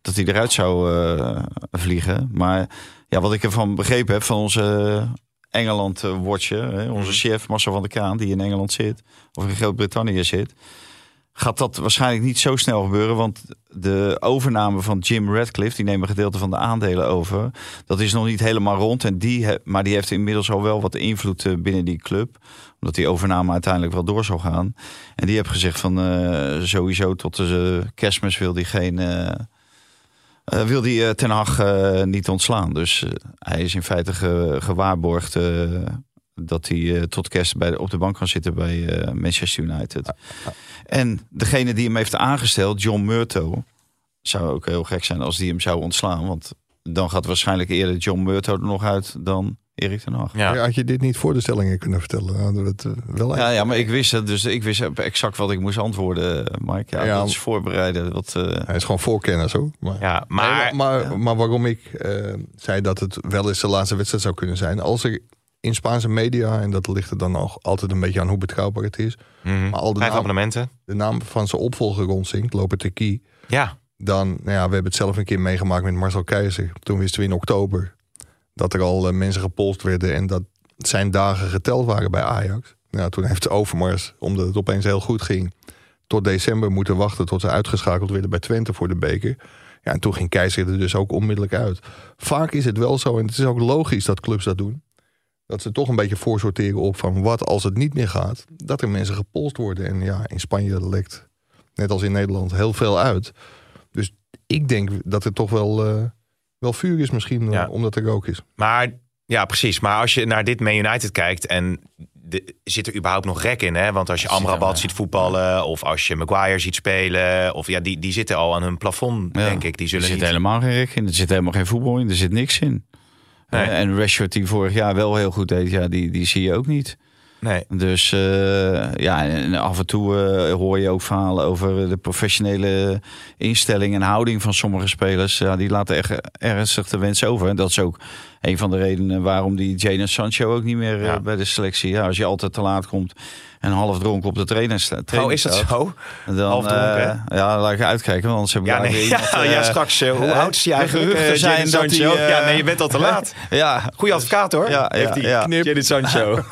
D: dat hij eruit zou eh, vliegen. Maar ja, wat ik ervan begrepen heb van onze Engeland-watcher, hè, onze chef Marcel van der Kaan, die in Engeland zit, of in Groot-Brittannië zit, gaat dat waarschijnlijk niet zo snel gebeuren. Want de overname van Jim Radcliffe, die neemt een gedeelte van de aandelen over, dat is nog niet helemaal rond. En die, he- maar die heeft inmiddels al wel wat invloed eh, binnen die club omdat die overname uiteindelijk wel door zou gaan. En die heb gezegd van eh, sowieso tot de eh, kerstmis wil die geen. eh, eh, wil die eh, Ten Hag eh, niet ontslaan. Dus eh, hij is in feite ge- gewaarborgd eh, dat hij eh, tot kerst bij, de- op de bank kan zitten bij eh, Manchester United. En degene die hem heeft aangesteld, John Murto, zou ook heel gek zijn als die hem zou ontslaan. Want dan gaat waarschijnlijk eerder John Murto er nog uit dan Erik Ten Hag.
C: Ja.
E: Had je dit niet voor de stellingen kunnen vertellen? Hadden we het eh, wel
D: Ja, ja, maar ik wist het, dus ik wist exact wat ik moest antwoorden, Mike. Ja,
E: Ja,
D: dat is voorbereiden. Wat, eh,
E: Hij is gewoon voorkennis hoor. Maar,
C: Ja,
E: Nee,
C: maar
E: maar, maar waarom ik eh, zei dat het wel eens de laatste wedstrijd zou kunnen zijn. Als er in Spaanse media, en dat ligt er dan nog altijd een beetje aan hoe betrouwbaar het is.
C: Mhm.
E: Maar al de
C: vijf
E: naam,
C: abonnementen.
E: de naam van zijn opvolger rondzinkt, Lopetegui.
C: Ja.
E: Dan, nou ja, we hebben het zelf een keer meegemaakt met Marcel Keizer. Toen wisten we in oktober dat er al eh, mensen gepolst werden. En dat zijn dagen geteld waren bij Ajax. Nou, toen heeft Overmars, omdat het opeens heel goed ging... tot december moeten wachten tot ze uitgeschakeld werden bij Twente voor de beker. Ja, en toen ging Keizer er dus ook onmiddellijk uit. Vaak is het wel zo, en het is ook logisch dat clubs dat doen... dat ze toch een beetje voorsorteren op van wat als het niet meer gaat... dat er mensen gepolst worden. En ja, in Spanje lekt, net als in Nederland, heel veel uit. Dus ik denk dat er toch wel, eh, wel vuur is misschien, eh,
C: Ja.
E: omdat er rook is.
C: Maar ja, precies. Maar als je naar dit Man United kijkt en de, zit er überhaupt nog rek in, hè? Want als je Amrabat ziet voetballen of als je Maguire ziet spelen, of ja, die, die zitten al aan hun plafond,
D: ja.
C: denk ik. Die zullen
D: er zit
C: niet.
D: helemaal geen rek in. Er zit helemaal geen voetbal in. Er zit niks in.
C: Nee.
D: Eh, En Rashford, die vorig jaar wel heel goed deed, ja, die, die zie je ook niet.
C: Nee.
D: Dus eh, ja, en af en toe eh, hoor je ook verhalen over de professionele instelling en houding van sommige spelers. Ja, die laten echt ernstig de wens over. En dat is ook een van de redenen waarom die Jadon Sancho ook niet meer eh,
C: Ja.
D: bij de selectie. Ja, als je altijd te laat komt en half dronken op de trainer staat.
C: Oh,
D: training
C: is dat
D: staat,
C: zo?
D: Dan,
C: Half dronken,
D: eh, ja, laat ik uitkijken, want anders heb ik
C: Ja,
D: daar
C: nee.
D: weer iemand,
C: ja, ja,
D: eh,
C: straks. eh, hoe
D: eh,
C: oud is hij eigenlijk?
D: de geruchten
C: eh,
D: zijn
C: Jadon
D: dat hij,
C: Sancho?
D: eh,
C: ja, nee, je bent al te laat.
D: ja,
C: Goeie advocaat hoor.
D: Ja,
C: heeft
D: ja,
C: die
D: ja.
C: knip. Jadon Sancho.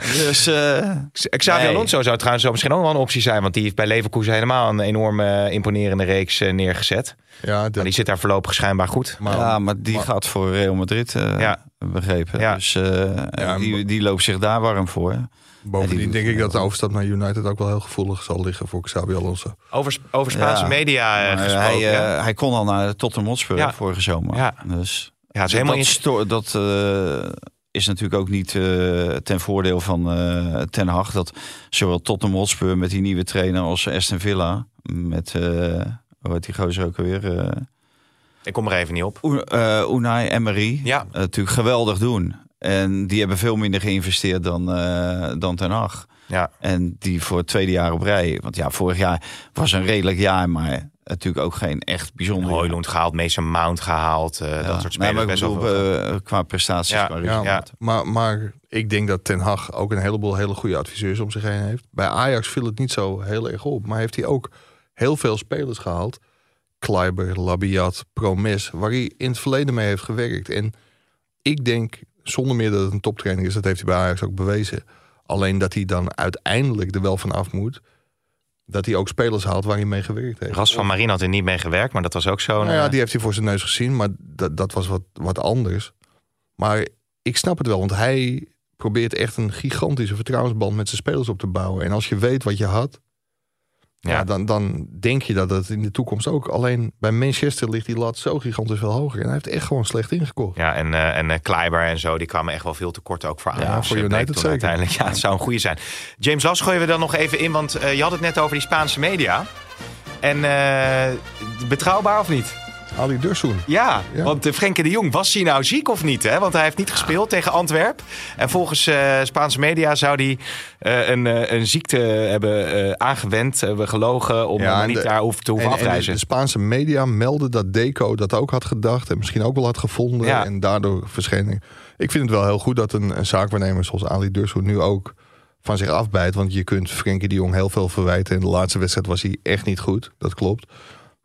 D: dus eh,
C: Xavi
D: Nee.
C: Alonso zou trouwens wel misschien ook wel een optie zijn. Want die heeft bij Leverkusen helemaal een enorme eh, imponerende reeks eh, neergezet.
E: Ja,
C: Maar
E: dat,
C: die zit daar voorlopig schijnbaar goed.
E: maar,
D: ja, maar die gaat voor Real Madrid, eh,
C: Ja.
D: begrepen.
C: Ja.
D: Dus eh,
E: Ja,
D: die, die loopt zich daar warm voor. hè.
E: bovendien
D: Ja, die-
E: denk ik dat de overstap naar United ook wel heel gevoelig zal liggen voor Xabi Alonso.
C: Over, over Spaanse
D: Ja.
C: media eh,
D: Maar
C: gesproken.
D: hij, eh,
C: ja.
D: hij kon al naar Tottenham Hotspur
C: Ja.
D: vorige zomer.
C: Ja.
D: Dus
C: Ja, het is helemaal
D: dat,
C: in...
D: sto- dat eh, is natuurlijk ook niet eh, ten voordeel van eh, Ten Hag. Dat zowel Tottenham Hotspur met die nieuwe trainer als Aston Villa met... eh hoe heet die gozer ook alweer? eh
C: Ik kom er even niet op.
D: Oe- eh, Unai Emery
C: Ja.
D: eh, natuurlijk geweldig doen. En die hebben veel minder geïnvesteerd dan, eh, dan Ten Hag.
C: Ja.
D: En die voor het tweede jaar op rij. Want ja, vorig jaar was een redelijk jaar, maar natuurlijk ook geen echt bijzonder jaar.
C: Hoylund gehaald, Mason Mount gehaald. eh,
D: Ja.
C: Dat soort
D: Nee,
C: spelers
D: maar ik
C: best wel
D: bedoel,
C: veel.
D: eh, qua prestaties.
C: Ja,
D: qua
C: ja.
D: resultaten.
C: Ja.
E: Maar, maar ik denk dat Ten Hag ook een heleboel hele goede adviseurs om zich heen heeft. Bij Ajax viel het niet zo heel erg op. Maar heeft hij ook heel veel spelers gehaald. Kleiber, Labiat, Promes. Waar hij in het verleden mee heeft gewerkt. En ik denk zonder meer dat het een toptrainer is. Dat heeft hij bij Ajax ook bewezen. Alleen dat hij dan uiteindelijk er wel van af moet. Dat hij ook spelers haalt waar hij mee gewerkt heeft.
C: Ras van Marien had er niet mee gewerkt, maar dat was ook zo'n...
E: Nou ja,
C: eh,
E: die heeft hij voor zijn neus gezien, maar dat, dat was wat, wat anders. Maar ik snap het wel, want hij probeert echt een gigantische vertrouwensband met zijn spelers op te bouwen. En als je weet wat je had, ja.
C: Ja.
E: dan, dan denk je dat het in de toekomst ook. Alleen bij Manchester ligt die lat zo gigantisch veel hoger. En hij heeft echt gewoon slecht ingekocht.
C: Ja, en, eh en eh, Kleiber en zo, die kwamen echt wel veel tekort ook voor Ajax.
E: voor
C: eh,
E: United
C: bleek toen
E: zeker.
C: Uiteindelijk, ja, het zou een goede zijn. James Las gooien we dan nog even in, want eh, je had het net over die Spaanse media. En eh, betrouwbaar of niet?
E: Ali Dursun.
C: Ja,
E: Ja.
C: want de Frenkie de Jong, was hij nou ziek of niet? Hè? Want hij heeft niet gespeeld tegen Antwerp. En volgens eh, Spaanse media zou hij eh, een, eh, een ziekte hebben eh, aangewend, hebben gelogen om
E: Ja,
C: hem
E: en
C: niet
E: de-
C: daar hoef- te
E: En,
C: hoeven
E: en de,
C: afreizen.
E: de Spaanse media melden dat Deco dat ook had gedacht en misschien ook wel had gevonden.
C: Ja.
E: En daardoor verscheen. ik- Ik vind het wel heel goed dat een, een zaakwaarnemer zoals Ali Dursoet nu ook van zich afbijt. Want je kunt Frenkie de Jong heel veel verwijten. In de laatste wedstrijd was hij echt niet goed. Dat klopt.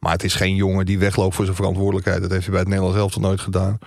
E: Maar het is geen jongen die wegloopt voor zijn verantwoordelijkheid. Dat heeft hij bij het Nederlands elftal nooit gedaan.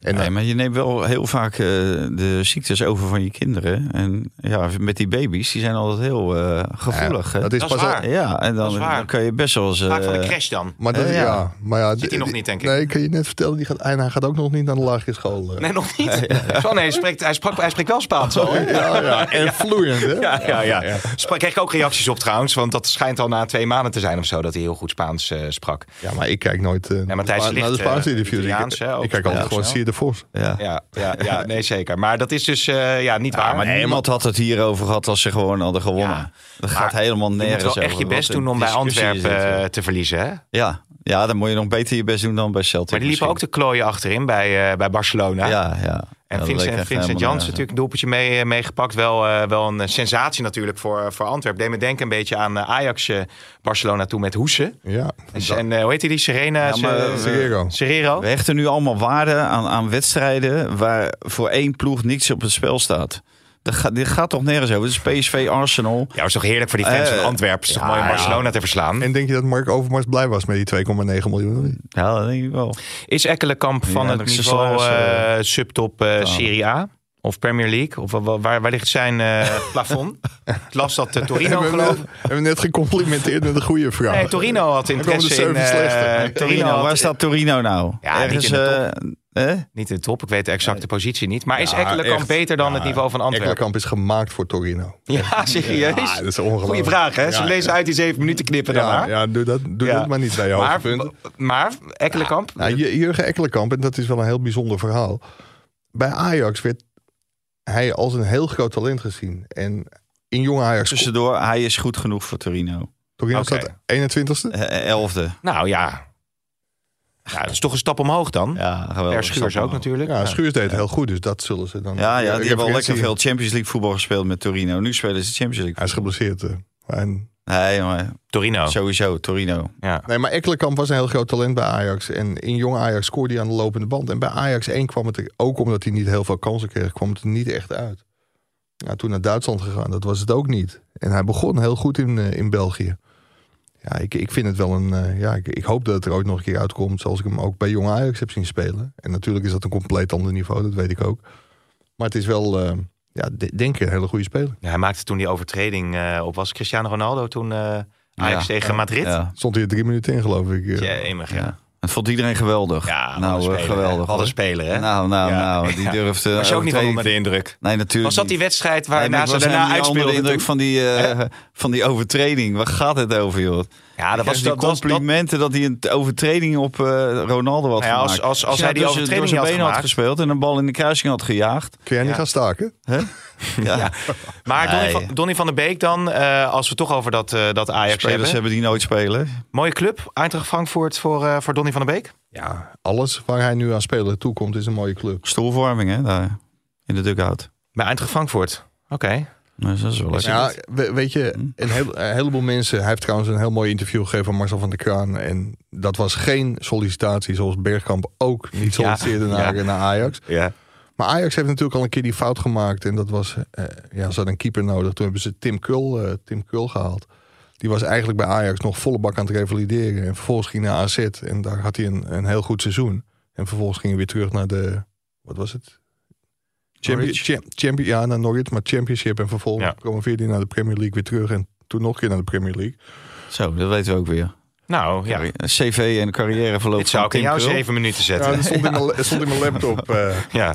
E: En
D: Nee, maar je neemt wel heel vaak eh, de ziektes over van je kinderen. En ja, met die baby's, die zijn altijd heel eh, gevoelig.
E: Ja,
D: hè.
E: dat is
C: Dat is
E: pas al-
C: waar.
D: ja, en
C: Dat
D: dan,
C: is waar.
D: dan kan je best wel eens...
C: Vaak van de
D: eh,
C: crash dan.
E: Maar dat,
D: Eh,
E: ja.
D: ja.
E: maar ja,
C: Zit hij nog niet, denk ik.
E: Nee, ik kan je net vertellen. Die gaat, en hij gaat ook nog niet naar de lagere school. eh.
C: Nee, nog niet. Zo, nee, hij spreekt, hij, sprak, hij spreekt wel Spaans. hoor.
E: Ja, ja. En fluent, hè?
C: Ja, ja, ja. Sprak, kreeg ik ook reacties op trouwens, want dat schijnt al na twee maanden te zijn of zo dat hij heel goed Spaans eh, sprak.
E: Ja, maar ik kijk nooit eh, naar,
C: Matthijs
E: de Spa-
C: Licht,
E: naar de Spaanse
C: eh,
E: interviews.
C: Italiaans,
E: Ik,
C: hè, ook
E: ik kijk altijd
C: snel.
E: gewoon Sier de Vos.
D: ja.
C: Ja, ja, ja, nee zeker. Maar dat is dus eh, ja, niet waar.
D: maar
C: Maar
D: niemand had het hierover gehad als ze gewoon hadden gewonnen.
C: Ja,
D: dat
C: maar
D: gaat helemaal
C: je moet
D: nergens
C: wel echt
D: over.
C: je best
D: Wat een
C: doen om bij
D: discussie is
C: Antwerpen
D: dit,
C: eh,
D: joh.
C: te verliezen, hè?
D: Ja. ja, dan moet je nog beter je best doen dan bij Celtic.
C: Maar die liepen ook te
D: misschien.
C: klooien achterin bij, eh, bij Barcelona.
D: Ja, ja.
C: En
D: Ja, dat leek
C: Vincent,
D: echt
C: Vincent
D: helemaal
C: Janssen natuurlijk
D: nergens.
C: een doelpuntje mee, eh, meegepakt. Wel, eh, wel een eh, sensatie natuurlijk voor, voor Antwerpen. Deed me denken een beetje aan eh, Ajax eh, Barcelona toen met Hoesen.
E: Ja.
C: En, eh, hoe heet die? Serena?
D: Ja, maar,
C: Se-
D: eh,
E: Serrero.
C: Serrero?
D: We hechten nu allemaal waarde aan, aan wedstrijden waar voor één ploeg niks op het spel staat. Dat gaat, dit gaat toch nergens over. Het is PSV, Arsenal.
C: Ja, was toch heerlijk voor die fans
D: Eh,
C: van Antwerpen. Het is toch
D: ja,
C: mooi om
D: ja.
C: Barcelona te verslaan.
E: En denk je dat Mark Overmars blij was met die 2,9 miljoen?
D: Ja, dat denk ik wel.
C: Is Ekkelenkamp van
D: Ja,
C: het
D: dat is de
C: niveau
D: salaris,
C: eh, subtop eh, Serie A? Of Premier League? Of wa- wa- waar, waar ligt zijn eh, plafond? Ik las dat eh, Torino
E: hebben, we
C: geloof
E: net,
C: ik.
E: hebben we net gecomplimenteerd met een goede vraag.
C: Nee, Torino had interesse
E: komen
C: in...
E: de service
C: eh, Torino
E: slechter.
D: Torino, waar
C: had,
D: staat Torino nou?
C: Ja, niet in de
D: eh, hè?
C: niet in de top, ik weet de exacte positie niet. Maar is
E: Ja,
C: Ekkelenkamp
E: echt.
C: beter dan het niveau van Antwerpen?
E: Ekkelkamp is gemaakt voor Torino.
C: Ja,
E: Ja,
C: serieus?
E: dat is ongelooflijk.
C: Goeie vraag, hè? Ze
E: Ja,
C: lezen uit die zeven minuten knippen dan
E: Ja,
C: maar.
E: ja, doe dat, doe
C: Ja.
E: dat maar niet bij jou.
C: Maar, maar Ekkelenkamp?
E: Nou, J- Jurgen Ekkelenkamp, en dat is wel een heel bijzonder verhaal. Bij Ajax werd hij als een heel groot talent gezien. En in jonge Ajax...
D: Tussendoor, hij is goed genoeg voor Torino.
E: Torino
C: Oké.
E: staat 21ste.
D: Eh, elfde.
C: Nou ja, Ja, dat is toch een stap omhoog dan.
D: Ja, geweldig.
C: per Schuurs ook natuurlijk.
E: Oh, Ja, Schuurs deed het heel goed, dus dat zullen ze dan...
D: Ja, ja, die hebben al lekker
E: referentie-
D: veel Champions League voetbal gespeeld met Torino. Nu spelen ze Champions
E: Hij
D: League.
E: is geblesseerd. eh, en-
D: Nee, maar
C: Torino.
D: sowieso Torino.
C: Ja.
E: Nee, maar Ekkelenkamp was een heel groot talent bij Ajax. En in jong Ajax scoorde hij aan de lopende band. En bij Ajax 1 kwam het er, ook omdat hij niet heel veel kansen kreeg, kwam het er niet echt uit. Ja, toen naar Duitsland gegaan, dat was het ook niet. En hij begon heel goed in, eh, in België. Ja, ik, ik vind het wel een... eh, ja, ik, ik hoop dat het er ooit nog een keer uitkomt, zoals ik hem ook bij jong Ajax heb zien spelen. En natuurlijk is dat een compleet ander niveau, dat weet ik ook. Maar het is wel, eh, ja, de- denk ik, een hele goede speler.
C: Ja, hij maakte toen die overtreding eh, op was Cristiano Ronaldo toen eh, Ajax
D: Ja.
C: tegen Madrid. Ja,
D: Ja.
E: Stond hier drie minuten in, geloof ik. eh.
C: eemig, ja.
D: ja. Dat vond iedereen geweldig.
C: Ja,
D: nou,
C: wat een
D: eh,
C: speler,
D: geweldig.
C: hè. Wat een
D: hoor.
C: speler, hè?
D: Nou, nou,
C: Ja.
D: nou, die
C: Ja.
D: durft... eh,
C: was je ook niet van
D: overtreding-
C: onder de indruk?
D: Nee, natuurlijk
C: Was dat die
D: niet.
C: wedstrijd
D: Nee, maar
C: waarna
D: ik
C: ze
D: was
C: daarna
D: helemaal niet onder de
C: uitspeelden? toen?
D: indruk van die, eh, van die overtreding. Waar gaat het over, joh?
C: Ja, dat
D: Dat
C: was
D: was die
C: dat, was- dat,
D: complimenten dat hij een overtreding op eh, Ronaldo had
C: Nou ja, als-
D: gemaakt.
C: als- als hij
D: nou
C: die
D: door zijn-
C: overtreding
D: door
C: niet
D: zijn
C: had
D: benen had
C: gemaakt.
D: gespeeld en een bal in de kruising had gejaagd.
E: Kun jij niet
C: Ja.
E: gaan staken?
D: Ja.
C: Maar Donny,
D: Nee.
C: van, Donny van der Beek dan, eh, als we toch over dat, eh, dat Ajax hebben.
D: Spelers hebben die nooit spelen.
C: Mooie club, Eintracht Frankfurt voor, eh, voor Donny van der Beek.
E: Ja, alles waar hij nu aan spelen toekomt is een mooie club.
D: Stoelvorming, hè, daar in de dugout.
C: Bij Eintracht Frankfurt. Oké.
D: Dus dat is wel lekker.
E: Ja, we- weet je, een, heel- een heleboel mensen... Hij heeft trouwens een heel mooi interview gegeven van Marcel van der Kraan. En dat was geen sollicitatie, zoals Bergkamp ook niet solliciteerde naar, naar Ajax.
C: Ja.
E: Maar Ajax heeft natuurlijk al een keer die fout gemaakt. En dat was, eh, ja, ze hadden een keeper nodig. Toen hebben ze Tim Krul, eh, Tim Krul gehaald. Die was eigenlijk bij Ajax nog volle bak aan het revalideren. En vervolgens ging hij naar AZ. En daar had hij een, een heel goed seizoen. En vervolgens ging hij weer terug naar de... Wat was het? Champion,
D: Norwich.
E: champ, champion, ja, naar Norwich, maar Championship. En vervolgens
C: Ja.
E: promoveerde hij naar de Premier League weer terug. En toen nog een keer naar de Premier League.
D: Zo, dat weten we ook weer.
C: Nou, ja.
D: Ja. Een CV en een carrièreverloop
C: Dit zou ik
D: van
C: in
D: Tim
C: jou
D: Krul.
C: zeven minuten
E: Ja,
C: zetten.
E: dat stond, in mijn, la- dat stond in mijn laptop. eh.
C: Ja.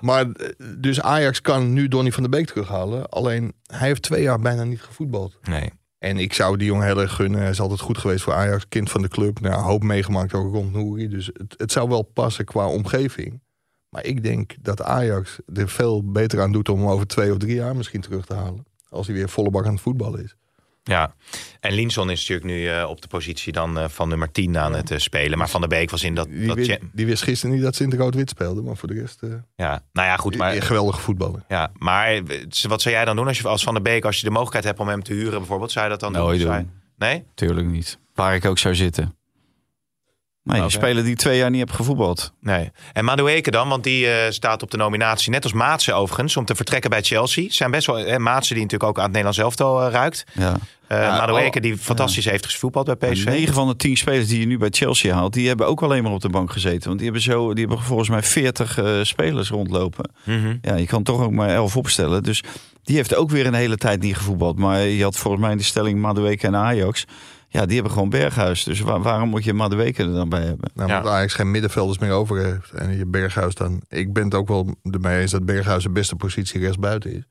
E: Maar eh, dus Ajax kan nu Donny van der Beek terughalen. Alleen hij heeft twee jaar bijna niet gevoetbald.
C: Nee.
E: En ik zou die jongen heel erg gunnen. Hij is altijd goed geweest voor Ajax, kind van de club. Nou, een hoop meegemaakt ook rond Nouri. Dus het, het zou wel passen qua omgeving. Maar ik denk dat Ajax er veel beter aan doet om hem over twee of drie jaar misschien terug te halen. Als hij weer volle bak aan het voetballen is.
C: Ja, en Linson is natuurlijk nu eh, op de positie dan eh, van nummer 10 aan het eh, spelen. Maar Van der Beek was in dat...
E: Die,
C: dat
E: wist,
C: jam-
E: die wist gisteren niet dat ze in het rood-wit speelden. Maar voor de rest, eh,
C: ja. Nou ja, goed, maar...
E: geweldige voetballer.
C: Ja, maar eh, wat zou jij dan doen als, je, als Van der Beek, als je de mogelijkheid hebt om hem te huren bijvoorbeeld, zou je dat dan
D: Nooit
C: doen? Zou
D: doen.
C: je- Nee?
D: Tuurlijk niet. Waar ik ook zou zitten. Nee,
C: Oké.
D: een speler die twee jaar niet hebt gevoetbald.
C: Nee. En Madueke dan, want die eh, staat op de nominatie, net als Maatsen overigens, om te vertrekken bij Chelsea. Zijn best wel eh, Maatsen die natuurlijk ook aan het Nederlands elftal eh, ruikt.
D: Ja.
C: Eh
D: Ja,
C: Madueke
D: al-
C: die fantastisch heeft gevoetbald bij
D: Maar
C: PSV.
D: Negen van de tien spelers die je nu bij Chelsea haalt, die hebben ook alleen maar op de bank gezeten. Want die hebben, zo, die hebben volgens mij 40 eh, spelers rondlopen.
C: Mhm.
D: Ja, je kan toch ook maar 11 opstellen. Dus die heeft ook weer een hele tijd niet gevoetbald. Maar je had volgens mij in de stelling Madueke en Ajax. Ja, die hebben gewoon Berghuis. Dus wa- waarom moet je Madueke er dan bij hebben?
E: Nou,
C: Ja.
E: omdat Ajax geen middenvelders meer over heeft. En je Berghuis dan... Ik ben het ook wel ermee eens dat Berghuis de beste positie rechtsbuiten is.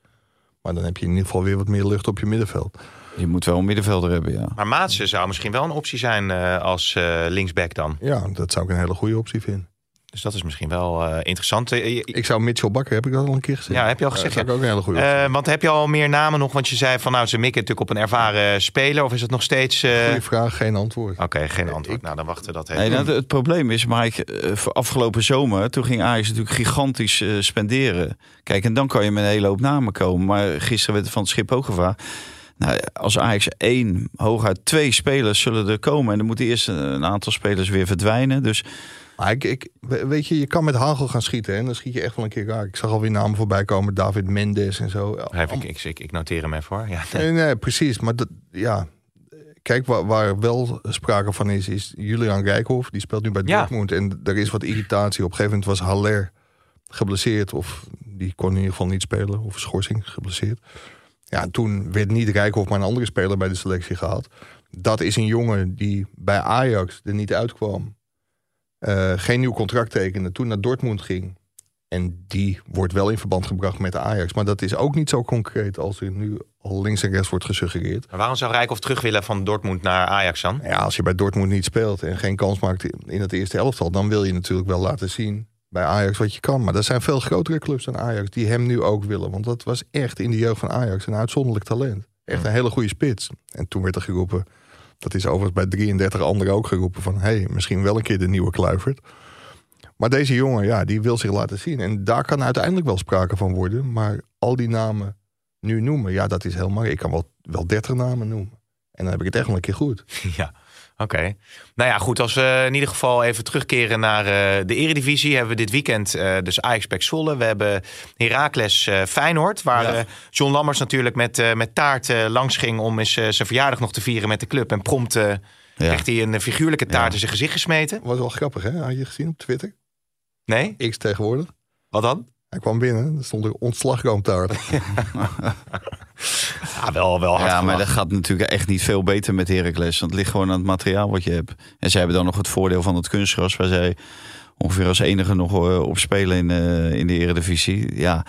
E: Maar dan heb je in ieder geval weer wat meer lucht op je middenveld.
D: Je moet wel een middenvelder hebben, ja.
C: Maar Maatsen zou misschien wel een optie zijn eh, als eh, linksback dan.
E: Ja, dat zou ik een hele goede optie vinden.
C: Dus dat is misschien wel eh, interessant. Eh, je-
E: Ik zou Mitchell Bakker, heb ik dat al een keer gezegd?
C: Ja, heb je al gezegd,
E: dat
C: ja.
E: zou eh, ik ook een hele goede optie
C: Eh, want heb je al meer namen nog? Want je zei van nou, ze mikken natuurlijk op een ervaren speler. Of is dat nog steeds... eh, Ah.
E: vinden. Goeie vraag, geen antwoord.
C: Oké, geen antwoord. Nou, dan wachten we dat even.
D: Nee, nou, het probleem is, Mike, eh, voor afgelopen zomer, toen ging Ajax natuurlijk gigantisch eh, spenderen. Kijk, en dan kan je met een hele hoop namen komen. Maar gisteren werd er van het schip ook gevraagd. Nou, als Ajax één, hooguit twee spelers zullen er komen. En dan moeten eerst een- een aantal spelers weer verdwijnen. Dus
E: Maar ik, ik, we- weet je, je kan met hagel gaan schieten hè, en dan schiet je echt wel een keer raak. Ik zag alweer namen voorbij komen, David Mendes en zo.
C: Even, ik, ik, ik, ik noteer hem even hoor. Ja.
E: Nee, nee, precies. Maar dat, ja, kijk, waar, waar wel sprake van is, is Julian Rijkhoff. Die speelt nu bij
C: Ja.
E: Dortmund en er is wat irritatie. Op een gegeven moment was Haller geblesseerd of die kon in ieder geval niet spelen. Of schorsing, geblesseerd. Ja, toen werd niet Rijkhoff, maar een andere speler bij de selectie gehaald. Dat is een jongen die bij Ajax er niet uitkwam. Eh, geen nieuw contract tekende, toen naar Dortmund ging. En die wordt wel in verband gebracht met de Ajax. Maar dat is ook niet zo concreet als er nu al links en rechts wordt gesuggereerd.
C: Maar waarom zou Rijkoff terug willen van Dortmund naar Ajax dan?
E: Nou Ja, als je bij Dortmund niet speelt en geen kans maakt in het eerste elftal, dan wil je natuurlijk wel laten zien bij Ajax wat je kan. Maar er zijn veel grotere clubs dan Ajax die hem nu ook willen. Want dat was echt in de jeugd van Ajax een uitzonderlijk talent. Echt een hele goede spits. En toen werd er geroepen, Dat is overigens bij 33 anderen ook geroepen van... hey, misschien wel een keer de nieuwe Kluivert. Maar deze jongen, ja, die wil zich laten zien. En daar kan uiteindelijk wel sprake van worden. Maar al die namen nu noemen, ja, dat is heel makkelijk. Ik kan wel, wel 30 namen noemen. En dan heb ik het echt wel een keer goed.
C: Ja, oké. Nou ja, goed. Als we in ieder geval even terugkeren naar eh, de Eredivisie... hebben we dit weekend eh, dus Ajax Pek Zwolle. We hebben Heracles eh, Feyenoord. Waar eh, John Lammers natuurlijk met, eh, met taart eh, langs ging... om eens eh, zijn verjaardag nog te vieren met de club. En prompt eh
D: Ja.
C: kreeg hij een eh, figuurlijke taart in zijn gezicht gesmeten.
E: Was wel grappig, hè? Had je gezien op Twitter?
C: Nee?
E: X tegenwoordig.
C: Wat dan?
E: Hij kwam binnen, er stond er ontslagroomtaart.
C: Ja, wel, wel hard
D: Ja, maar
C: gelachen.
D: dat gaat natuurlijk echt niet veel beter met Heracles. Want het ligt gewoon aan het materiaal wat je hebt. En zij hebben dan nog het voordeel van het kunstgras... waar zij ongeveer als enige nog eh, op spelen in, eh, in de Eredivisie. Ja,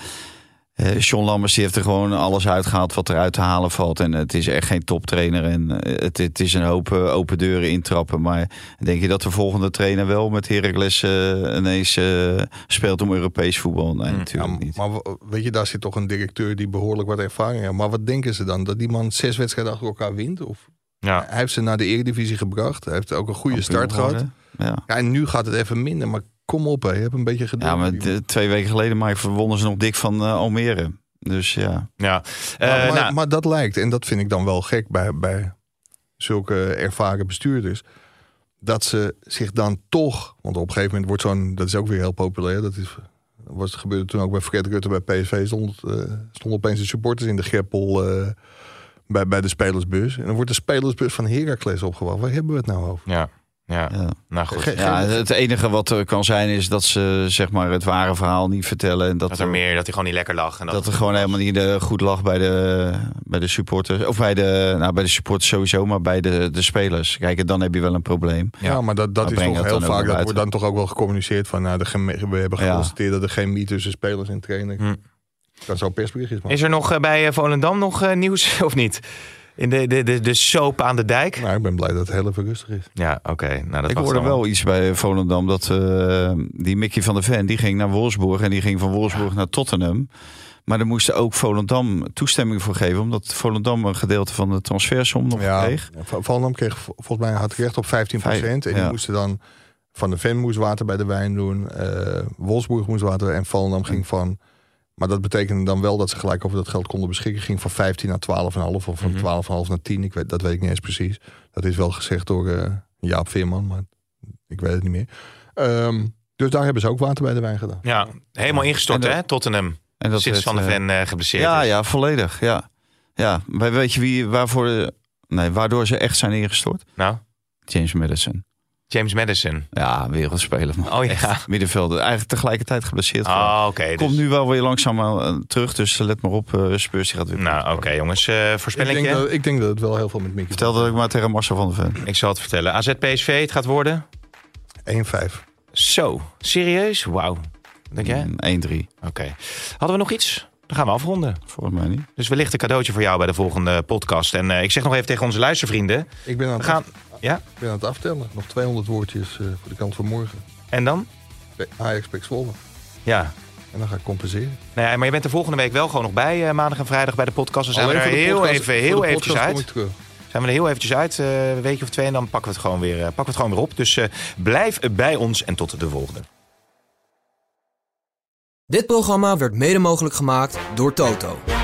D: eh, John Lammers die heeft er gewoon alles uitgehaald wat eruit te halen valt. En het is echt geen toptrainer. En eh, het, het is een hoop eh, open deuren intrappen. Maar denk je dat de volgende trainer wel met Heracles eh, ineens eh, speelt om Europees voetbal? Nee, natuurlijk
E: Hm. Ja,
D: niet.
E: maar w- weet je, daar zit toch een directeur die behoorlijk wat ervaring heeft. Maar wat denken ze dan? Dat die man zes wedstrijden achter elkaar wint? Of...
C: Ja.
E: Hij heeft ze naar de Eredivisie gebracht. Hij heeft ook een goede start
D: Kampioen
E: gehad.
D: geworden. Ja.
E: Ja, en nu gaat het even minder. Maar kom op, hè. je hebt een beetje geduld.
D: Ja, maar
E: met die
D: de- twee weken geleden maar verwonnen ze nog dik van eh, Almere. Dus ja.
C: ja. Eh,
E: Maar, maar,
C: nou,
E: maar dat lijkt, en dat vind ik dan wel gek bij, bij zulke ervaren bestuurders, dat ze zich dan toch, want op een gegeven moment wordt zo'n, dat is ook weer heel populair, dat is, was, gebeurde toen ook bij Fred Rutte bij PSV, stond, eh, stonden opeens de supporters in de greppel eh, bij, bij de spelersbus. En dan wordt de spelersbus van Heracles opgewacht. Waar hebben we het nou over?
C: ja. Ja.
D: Ja.
C: nou goed.
E: Ge-
D: ja,
E: geen-
D: het enige wat er kan zijn is dat ze zeg maar, het ware verhaal niet vertellen. En dat,
C: Dat er meer, dat hij gewoon niet lekker lag. En dat,
D: dat er gewoon helemaal niet eh, goed lag bij de, bij de supporters. Of bij de, nou, bij de supporters sowieso, maar bij de, de spelers. Kijk, en dan heb je wel een probleem.
E: Ja, maar dat, dat
D: Maar
E: is
D: Nou, breng
E: toch
D: dat
E: heel
D: dan ook
E: vaak.
D: naar buiten.
E: Dat wordt dan toch ook wel gecommuniceerd van. Nou, de geme- we hebben
D: Ja.
E: geconstateerd dat er geen chemie tussen spelers en trainer.
C: Hm.
E: Dat zou persbericht is. Maar.
C: Is er nog eh, bij eh, Volendam nog eh, nieuws of niet? In de, de, de, de soap aan de dijk?
E: Nou, ik ben blij dat het heel even rustig is.
C: Ja, oké. Nou, dat
D: Ik
C: wacht
D: hoorde
C: allemaal.
D: wel iets bij Volendam dat eh, die Mickey van der Ven die ging naar Wolfsburg en die ging van Wolfsburg naar Tottenham. Maar daar moesten ook Volendam toestemming voor geven, omdat Volendam een gedeelte van de transfersom nog kreeg.
E: Van Volendam kreeg vo- volgens mij had recht op 15 En die
D: ja.
E: moesten dan van de Ven moest water bij de wijn doen. eh Wolfsburg moest water en Volendam ging van. Maar dat betekende dan wel dat ze gelijk over dat geld konden beschikken. Ging van 15 naar 12,5 of van 12,5 naar 10. Ik weet, dat weet ik niet eens precies. Dat is wel gezegd door eh, Jaap Veerman, maar ik weet het niet meer. Ehm, dus daar hebben ze ook water bij de wijn gedaan.
C: Ja, helemaal ingestort,
D: En dat-
C: hè? Tottenham.
D: En dat
C: Sinds
D: werd,
C: Van de
D: eh,
C: Ven eh, geblesseerd
D: Ja,
C: is.
D: ja, volledig. Ja. Ja, maar weet je wie, waarvoor, eh, nee, waardoor ze echt zijn ingestort?
C: Nou,
D: James Madison.
C: James Madison.
D: Ja, wereldspeler. Man.
C: Oh, ja.
D: Echt, middenvelder. Eigenlijk tegelijkertijd geblesseerd.
C: Ah, oké. dus-
D: Komt nu wel weer langzaam eh, terug, dus let maar op. eh Spurs die gaat weer.
C: Nou, oké, jongens. eh
E: Ik
C: voorspellingje.
E: denk,
C: Ik,
E: dat, ik denk dat het wel heel veel met Mickey.
D: Vertel dat ik maar tegen Marcel van der Ven.
C: zal het vertellen. AZ PSV, het gaat worden.
E: 1-5.
C: Zo, serieus? Wauw. Denk jij?
D: Mm, 1-3,
C: Oké. Hadden we nog iets? Dan gaan we afronden.
D: volgens mij niet.
C: Dus wellicht een cadeautje voor jou bij de volgende podcast. En eh, ik zeg nog even tegen onze luistervrienden.
E: Ik ben aan
C: We
E: het,
C: gaan... Ja,
E: ik ben aan het aftellen. Nog 200 woordjes eh, voor de kant van morgen.
C: en dan?
E: Ajax Pek Zwolle.
C: Ja.
E: En dan ga ik compenseren.
C: Nee, maar je bent er volgende week wel gewoon nog bij, eh, maandag en vrijdag bij de podcast. Dan zijn we
E: Alleen
C: er
E: voor de
C: heel
E: podcast-
C: even,
E: voor de
C: heel
E: podcast
C: eventjes
E: kom
C: uit.
E: ik terug.
C: Zijn we er heel eventjes uit, eh, een weekje of twee, en dan pakken we het gewoon weer, eh, pakken we het gewoon weer op. Dus eh, blijf bij ons en tot de volgende.
A: Dit programma werd mede mogelijk gemaakt door Toto.